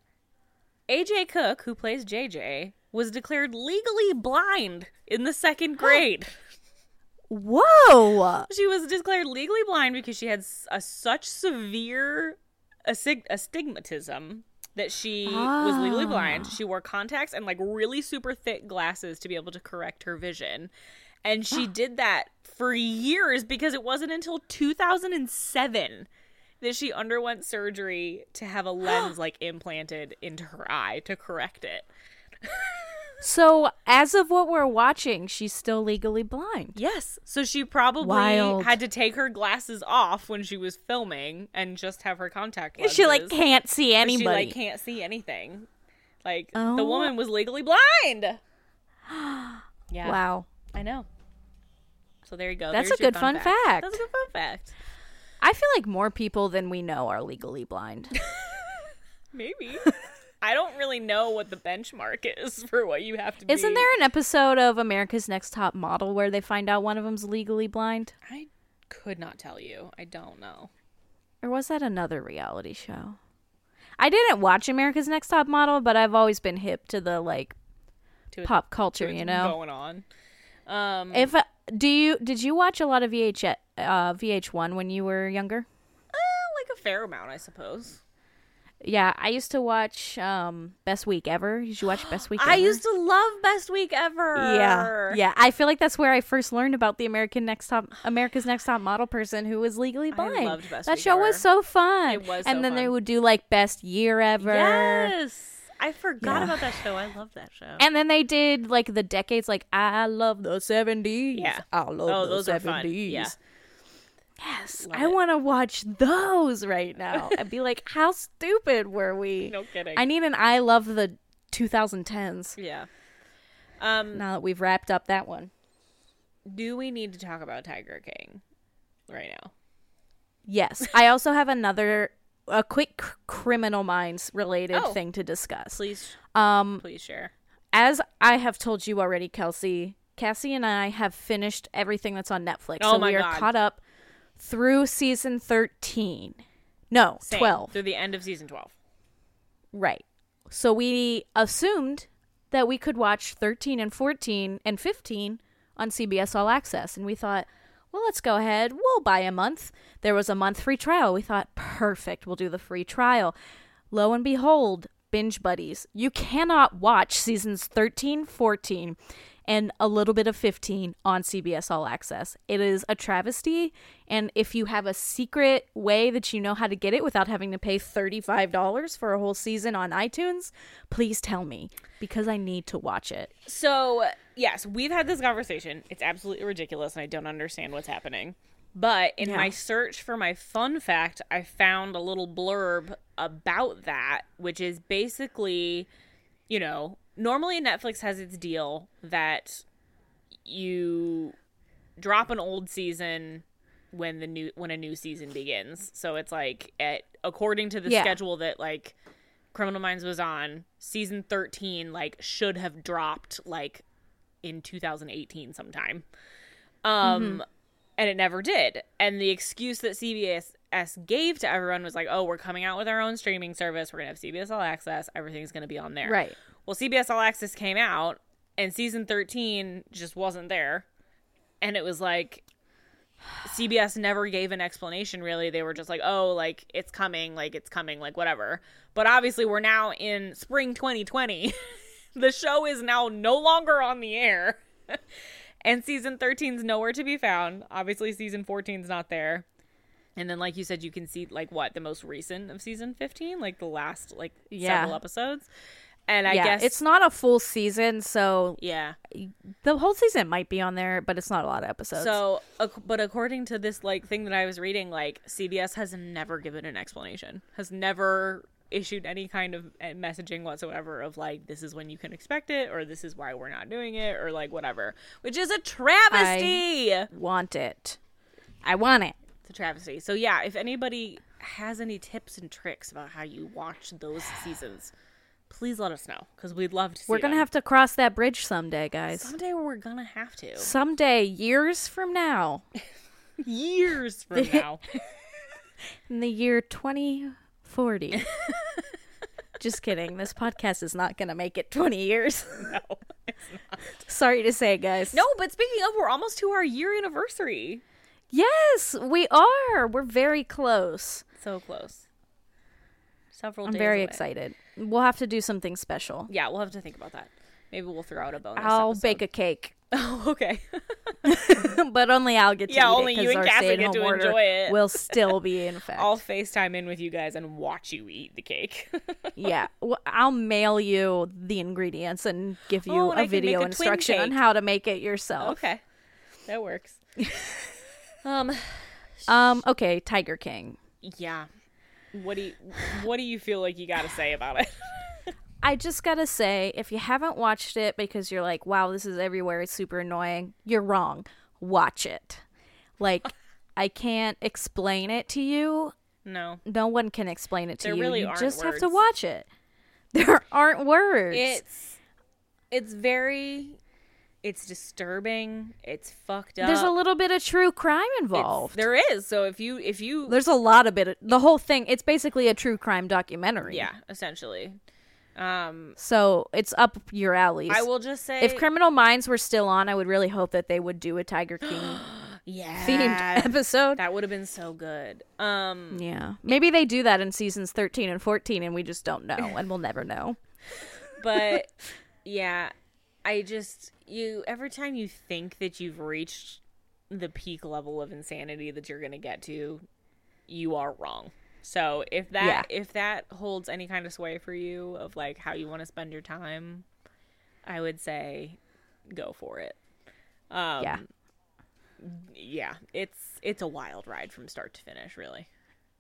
AJ Cook, who plays JJ, was declared legally blind in the second grade.
Whoa.
she was declared legally blind because she had s- a, such severe astig- astigmatism that she was legally blind. She wore contacts and like really super thick glasses to be able to correct her vision. And she did that for years because it wasn't until 2007 that she underwent surgery to have a lens like implanted into her eye to correct it.
So, as of what we're watching, she's still legally blind.
Yes. So she probably
Wild.
had to take her glasses off when she was filming and just have her contact lenses.
She like can't see
But
anybody.
She like can't see anything. Like the
Oh.
woman was legally blind. yeah.
Wow.
I know. So there you go.
That's
There's
a
your
good fun
fact.
fact.
That's a good fun fact.
I feel like more people than we know are legally blind.
<laughs>
<laughs>
Maybe. I don't really know what the benchmark is <laughs> for what you have to be.
Isn't there an episode of America's Next Top Model where they find out one of them's legally blind?
I could not tell you. I don't know.
Or was that another reality show? I didn't watch America's Next Top Model, but I've always been hip to the like
To it-
pop culture,
what's
you know.
going on. Um
If uh, do you did you watch a lot of VH uh, VH1 when you were younger?
Uh, like a fair amount, I suppose.
Yeah, I used to watch um, Best Week Ever. Did you watch Best Week
<gasps>
Ever?
I used to love Best Week Ever.
Yeah, yeah. I feel like that's where I first learned about the American Next Top, America's Next Top Model person who was legally blind.
loved Best
that
Week
show
Ever.
was so fun.
It was
and
so
then they
fun.
would do like Best Year Ever.
Yes. I forgot
Yeah.
about that show. I love that show.
And then they did like the decades, like I love the seventies.
Yeah.
I love
Oh,
the
those are fun.
seventies.
Yeah.
Yes,
Love
I
it.
want to watch those
<laughs>
right now. I'd be like, how stupid were we?
no kidding.
I need an I love the 2010s.
yeah. Um,
Now that we've wrapped up that one,
do we need to talk about Tiger King right now?
<laughs> yes, I also have another a quick cr- criminal minds related
Oh.
thing to discuss.
Please,
Um,
please share.
as I have told you already, Kelsey, Cassie and I have finished everything that's on Netflix.
Oh
so
my
we are
God.
caught up through season 13. No,
Same.
12.
through the end of season twelve.
Right. So we assumed that we could watch 13 and 14 and 15 on CBS All Access. And we thought, well, let's go ahead. We'll buy a month. There was a month free trial. We thought, perfect. We'll do the free trial. Lo and behold, Binge Buddies. You cannot watch seasons 13, 14, and a little bit of 15 on CBS All Access. It is a travesty. And if you have a secret way that you know how to get it without having to pay $35 for a whole season on iTunes, please tell me because I need to watch it.
So yes, we've had this conversation. It's absolutely ridiculous, and I don't understand what's happening. But in my search for my fun fact, I found a little blurb about that, which is basically, you know, normally Netflix has its deal that you drop an old season when the new when a new season begins. So it's like at according to the
Yeah.
schedule that like Criminal Minds was on, season 13 like should have dropped like in 2018 sometime. Um
Mm-hmm.
and it never did. And the excuse that CBS gave to everyone was like, "Oh, we're coming out with our own streaming service. We're going to have CBS All Access. Everything's going to be on there."
Right.
Well, CBS All Access came out and season 13 just wasn't there. And it was like CBS never gave an explanation really. They were just like, "Oh, like it's coming, like it's coming, like whatever." But obviously, we're now in spring 2020. <laughs> the show is now no longer on the air. <laughs> and season 13's nowhere to be found. Obviously, season 14's not there. And then like you said you can see like what the most recent of season 15, like the last like
Yeah.
several episodes. And I
yeah,
guess
it's not a full season, so
yeah.
the whole season might be on there, but it's not a lot of episodes.
So, ac- but according to this like thing that I was reading, like CBS has never given an explanation, has never issued any kind of eh, messaging whatsoever of like this is when you can expect it or this is why we're not doing it or like whatever, which is a travesty.
want it. I want it.
It's a travesty. So yeah, if anybody has any tips and tricks about how you watch those seasons, please let us know because we'd love to. See
We're going to have to cross that bridge someday, guys.
someday we're gonna have to
<laughs> Someday, years from now,
<laughs> years from now.
in the year 2040, <laughs> Just kidding. This podcast is not going to make it 20 years. <laughs> No, Sorry to say, guys.
No, but speaking of, we're almost to our year anniversary.
Yes, we are. We're very close.
So close. Several
I'm
days
very
away.
excited. We'll have to do something special.
Yeah, we'll have to think about that. Maybe we'll throw out a bonus.
I'll
episode. <laughs>
bake a cake, <laughs>
Oh, okay.
but only I'll get to
Yeah,
eat
only
it
you
'cause
and
our
Cassie get
stay-at-home
to
order
enjoy it. <laughs>
will still be in effect.
I'll FaceTime in with you guys and watch you eat the cake. <laughs>
yeah, Well, I'll mail you the ingredients and give you
Oh, and I
a
can make
video
a twin
instruction on
cake.
how to make it yourself.
okay. That <laughs> works. um
Um. Okay. Tiger King.
yeah. What do you what do you feel like you got to say about it? <laughs>
I just gotta say, if you haven't watched it because you're like, wow, this is everywhere, it's super annoying, you're wrong. Watch it.
<laughs>
Like, I can't explain it to you.
no.
No one can explain it to
There
you.
really
you
aren't
just have to
words.
watch it. <laughs> There aren't words.
It's it's very it's disturbing. It's fucked up.
There's a little bit of true crime
It's-
involved.
There is. So if you if you
There's a lot of bit. Of, the whole thing. It's basically a true crime documentary.
yeah, essentially. Um
So it's up your alley.
I will just say
If Criminal Minds were still on, I would really hope that they would do a
<gasps>
Tiger King
yeah,
themed <laughs> episode.
That would have been so good. Um
Yeah. Maybe they do that in seasons 13 and 14 and we just don't know and we'll never know.
but yeah, I just you every time you think that you've reached the peak level of insanity that you're going to get to, you are wrong. So if that if that holds any kind of sway for you of like how you want to spend your time, I would say go for it. Um
yeah.
yeah, it's it's a wild ride from start to finish, really.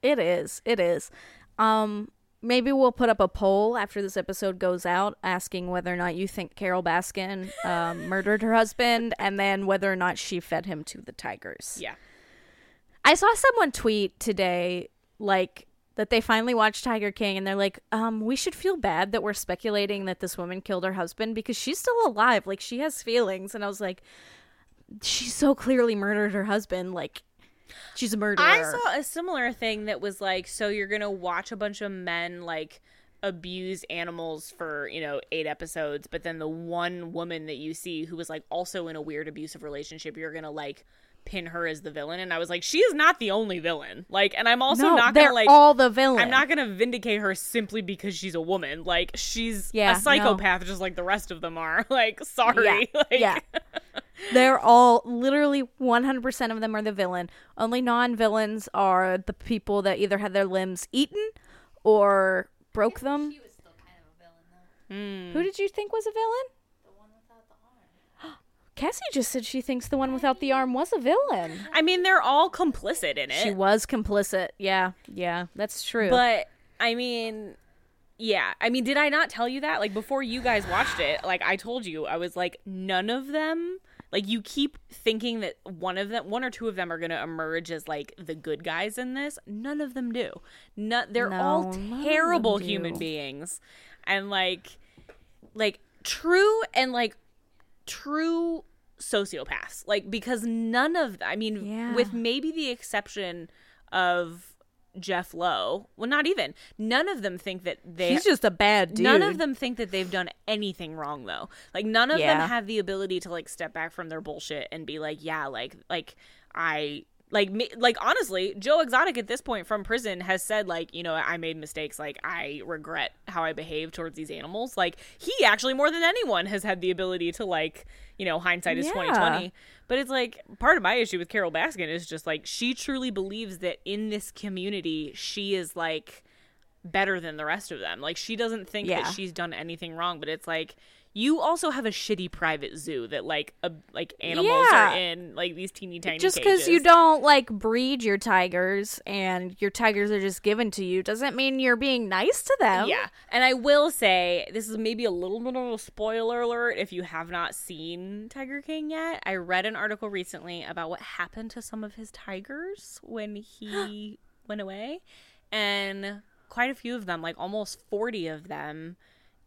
It is. It is. Um maybe we'll put up a poll after this episode goes out asking whether or not you think Carol Baskin um, murdered her husband and then whether or not she fed him to the tigers.
Yeah.
I saw someone tweet today like that they finally watched Tiger King and they're like, um, we should feel bad that we're speculating that this woman killed her husband because she's still alive. Like she has feelings. And I was like, she so clearly murdered her husband. Like she's a murderer.
I saw a similar thing that was like, so you're gonna watch a bunch of men like abuse animals for you know eight episodes, but then the one woman that you see who was like also in a weird abusive relationship, you're gonna like pin her as the villain. And I was like, she is not the only villain. Like, and I'm also
no,
not
they're
gonna like.
all the villain.
I'm not gonna vindicate her simply because she's a woman. Like she's
Yeah,
a
no.
psychopath, just like the rest of them are. <laughs> Like, sorry.
Yeah, <laughs>
like,
yeah. They're all literally 100% of them are the villain. Only non villains are the people that either had their limbs eaten or broke them. Hmm.
She was still kind of a villain, though.
Who did you think was a villain?
The one without the arm.
<gasps> Cassie just said she thinks the one without the arm was a villain.
I mean, they're all complicit in it.
She was complicit. Yeah, yeah, that's true.
But I mean, yeah. I mean, did I not tell you that? Like before you guys watched it, like I told you, I was like, none of them. Like you keep thinking that one of them, one or two of them, are gonna emerge as like the good guys in this. None of them do. No, they're
No,
all
none of them
terrible
do.
human beings, and like, like true and like true sociopaths like because none of i mean
Yeah.
with maybe the exception of jeff lowe well not even none of them think that they
he's just a bad dude.
none of them think that they've done anything wrong though like none of
Yeah.
them have the ability to like step back from their bullshit and be like yeah like like i like me, like honestly joe exotic at this point from prison has said like you know i made mistakes like i regret how i behaved towards these animals like he actually more than anyone has had the ability to like you know hindsight is
Yeah.
2020 but it's like part of my issue with carol baskin is just like she truly believes that in this community she is like better than the rest of them. Like she doesn't think
Yeah.
that she's done anything wrong, but it's like you also have a shitty private zoo that like a, like animals
Yeah.
are in like these teeny tiny
Just
because
because you don't like breed your tigers and your tigers are just given to you doesn't mean you're being nice to them.
Yeah. And I will say this is maybe a little bit of a spoiler alert if you have not seen Tiger King yet. I read an article recently about what happened to some of his tigers when he
<gasps>
went away. And quite a few of them, like almost 40 of them,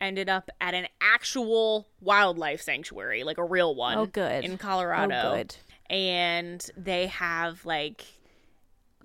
ended up at an actual wildlife sanctuary, like a real one.
Oh, good.
In
Oh,
Colorado
good.
and they have like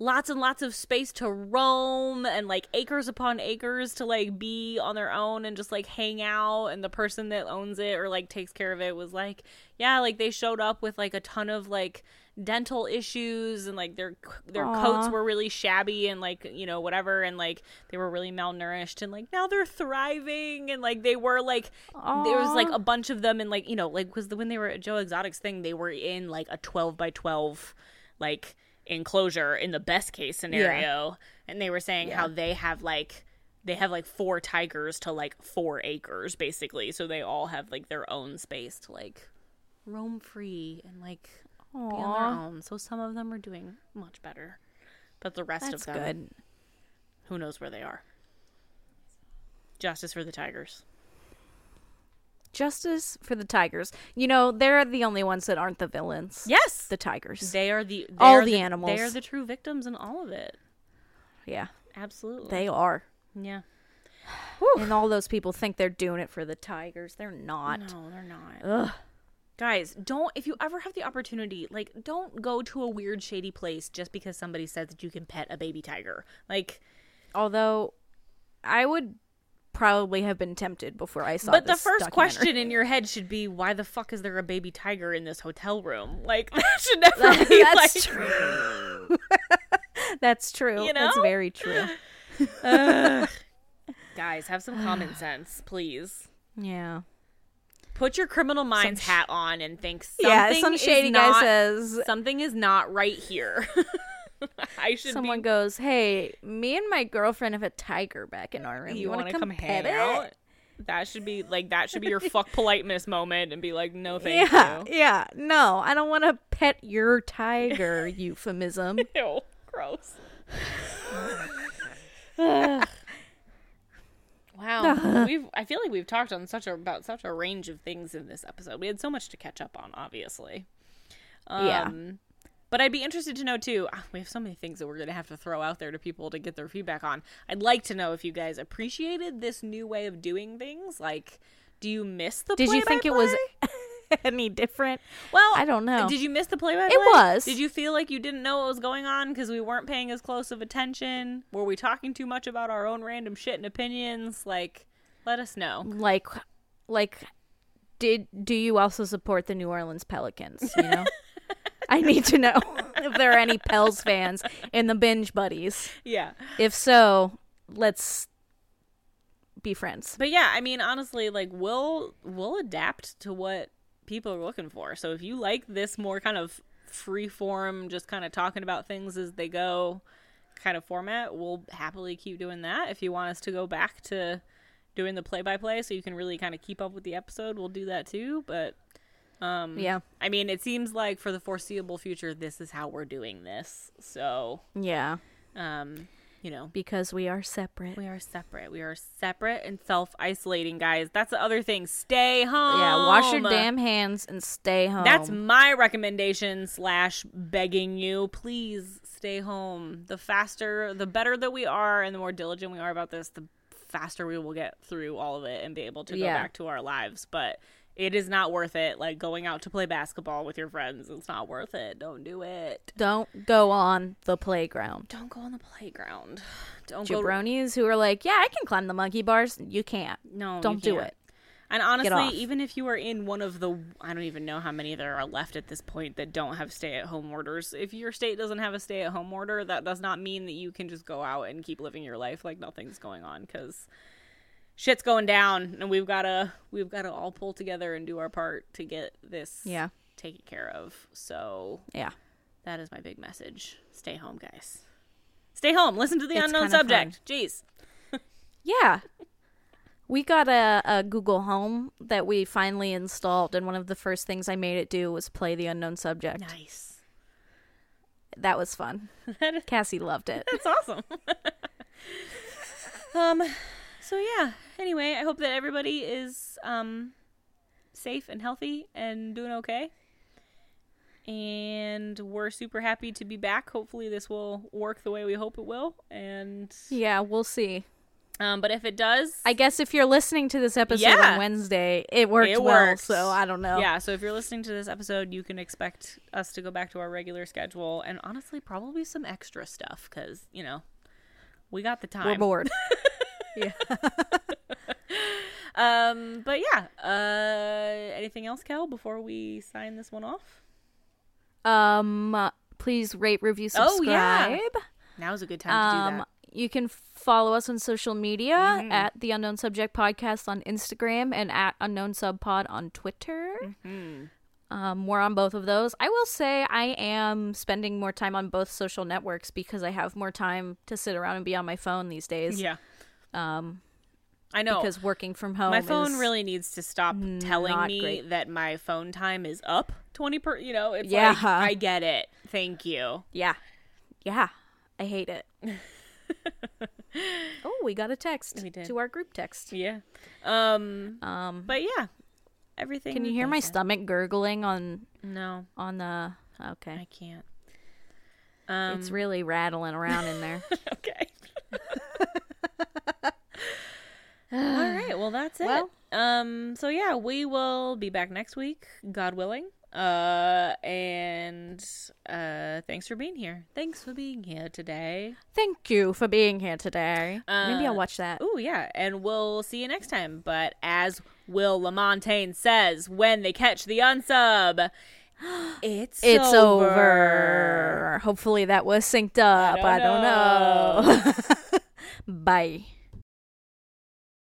lots and lots of space to roam and like acres upon acres to like be on their own and just like hang out and the person that owns it or like takes care of it was like yeah like they showed up with like a ton of like dental issues and like their their
Aw.
coats were really shabby and like you know whatever and like they were really malnourished and like now they're thriving and like they were like there was like
Aw.
a bunch of them and like you know like because when they were at joe exotics thing they were in like a 12 by 12 like enclosure in the best case scenario and they were saying how they have like they have like four tigers to like four acres basically so they all have like their own space to like roam free and like be on their
Aw.
own so some of them are doing much better but the rest
That's
of them
good.
who knows where they are justice for the tigers
Justice for the tigers. You know, they're the only ones that aren't the villains.
yes
The tigers.
They are the they
All
are
the animals.
They are the true victims in all of it.
yeah.
Mm. Absolutely.
They are.
yeah.
And all those people think they're doing it for the tigers. They're not.
No, they're not.
Ugh.
Guys, don't if you ever have the opportunity, like don't go to a weird shady place just because somebody said that you can pet a baby tiger. Like
Although I would probably have been tempted before I saw
but the
Oh, this
first
documentary.
question in your head should be why the fuck is there a baby tiger in this hotel room? Like <laughs> that should
<laughs>
never be
That's
like
true. <laughs> That's true.
You
That's
know?
very true.
guys, have some
<sighs>
common sense, please.
Yeah.
Put your criminal minds hat on and think something
yeah, some
is
shady guy
not-
says
something is not right here. <laughs> I should be
someone goes, "Hey, me and my girlfriend have a tiger back in our room.
you
want to come, pet it?" <laughs>
out? That should be like that should be your fuck politeness moment and be like, no, thank
Yeah,
you.
yeah. No, I don't want to pet
<laughs>
your tiger euphemism. <laughs>
Ew, gross. <laughs>
<laughs>
wow, we've I feel like we've talked on such a about such a range of things in this episode. We had so much to catch up on, obviously. Um,
Yeah.
But I'd be interested to know too. ah, We have so many things that we're going to have to throw out there to people to get their feedback on. I'd like to know if you guys appreciated this new way of doing things. Like, do you miss the?
Did you think it was
play-by-play?
any different?
Well,
I don't know.
Did you miss the play by play?
It was.
Did you feel like you didn't know what was going on because we weren't paying as close of attention? Were we talking too much about our own random shit and opinions? Like, let us know.
Like, like, did do you also support the New Orleans Pelicans? You
<laughs>
know, I need to know <laughs> if there are any Pels fans in the binge buddies.
Yeah.
If so, let's be friends.
But yeah, I mean, honestly, like we'll we'll adapt to what people are looking for. So if you like this more kind of free form, just kind of talking about things as they go kind of format, we'll happily keep doing that. If you want us to go back to doing the play by play so you can really kind of keep up with the episode, we'll do that too. But
Yeah,
I mean, it seems like for the foreseeable future, this is how we're doing this. So,
yeah,
um, you know,
because we are separate.
we are separate. We are separate and self isolating, guys. That's the other thing. Stay home.
yeah, wash your damn hands and stay home.
That's my recommendation slash begging you. Please stay home. The faster, the better that we are, and the more diligent we are about this, the faster we will get through all of it and be able to go
Yeah.
back to our lives. But it is not worth it. Like going out to play basketball with your friends, it's not worth it. Don't do it.
don't go on the playground.
Don't go on the playground. Don't go.
Jabronis who are like, yeah, I can climb the monkey bars. You can't.
No, you
don't do
can't.
it.
And
off.
honestly, even if you are in one of the, I don't even know how many there are left at this point that don't have stay at home orders. If your state doesn't have a stay at home order, that does not mean that you can just go out and keep living your life like nothing's going on because shit's going down and we've got to, we've got to all pull together and do our part to get this
Yeah.
taken care of. So
Yeah.
that is my big message. Stay home, guys. Stay home. Listen to the
It's
unknown
kinda
subject. Jeez.
Yeah. <laughs> We got a, a Google Home that we finally installed, and one of the first things I made it do was play the unknown subject.
Nice.
That was <laughs> fun. Cassie loved <laughs> it.
That's awesome. <laughs> um, so yeah. Anyway, I hope that everybody is um safe and healthy and doing okay. And we're super happy to be back. Hopefully, this will work the way we hope it will. And
Yeah, we'll see.
Um, but if it does,
I guess if you're listening to this episode
Yeah.
on Wednesday, it worked
It
well.
works.
So I don't know.
yeah. So if you're listening to this episode, you can expect us to go back to our regular schedule, and honestly, probably some extra stuff because you know we got the
we're
time.
bored. yeah.
Um, but yeah. Uh, anything else, Kel? Before we sign this one off,
Um, uh, please rate, review,
Oh, yeah.
subscribe.
now's a good time to do that. Mm-hmm.
Um, you can follow us on social media at the Unknown Subject Podcast on Instagram and at Unknown Sub Pod on Twitter.
Mm-hmm.
Um, we're on both of those. I will say I am spending more time on both social networks because I have more time to sit around and be on my phone these days.
Yeah. Um, I know
Because working from home,
my phone
is-
really needs to stop telling
not
me
great.
that my phone time is up 20 per you know it's
Yeah.
like i get it thank you
Yeah. Yeah. I
<laughs>
hate it. oh, we got a text
We did.
to our group text.
yeah um
Um
but yeah everything
can you hear my stomach gurgling on
no
on the okay.
i can't um
it's really rattling around
<laughs>
in there.
okay
<laughs>
all right well that's it
Well-
um so yeah we will be back next week god willing uh and uh thanks for being here thanks for being here today
Thank you for being here today. Maybe
Uh,
I'll watch that.
Oh yeah, and we'll see you next time. But as Will Lamontagne says, when they catch the
<gasps>
unsub, it's
It's
over.
over. Hopefully that was synked up.
don't
I don't know. <laughs> Bye.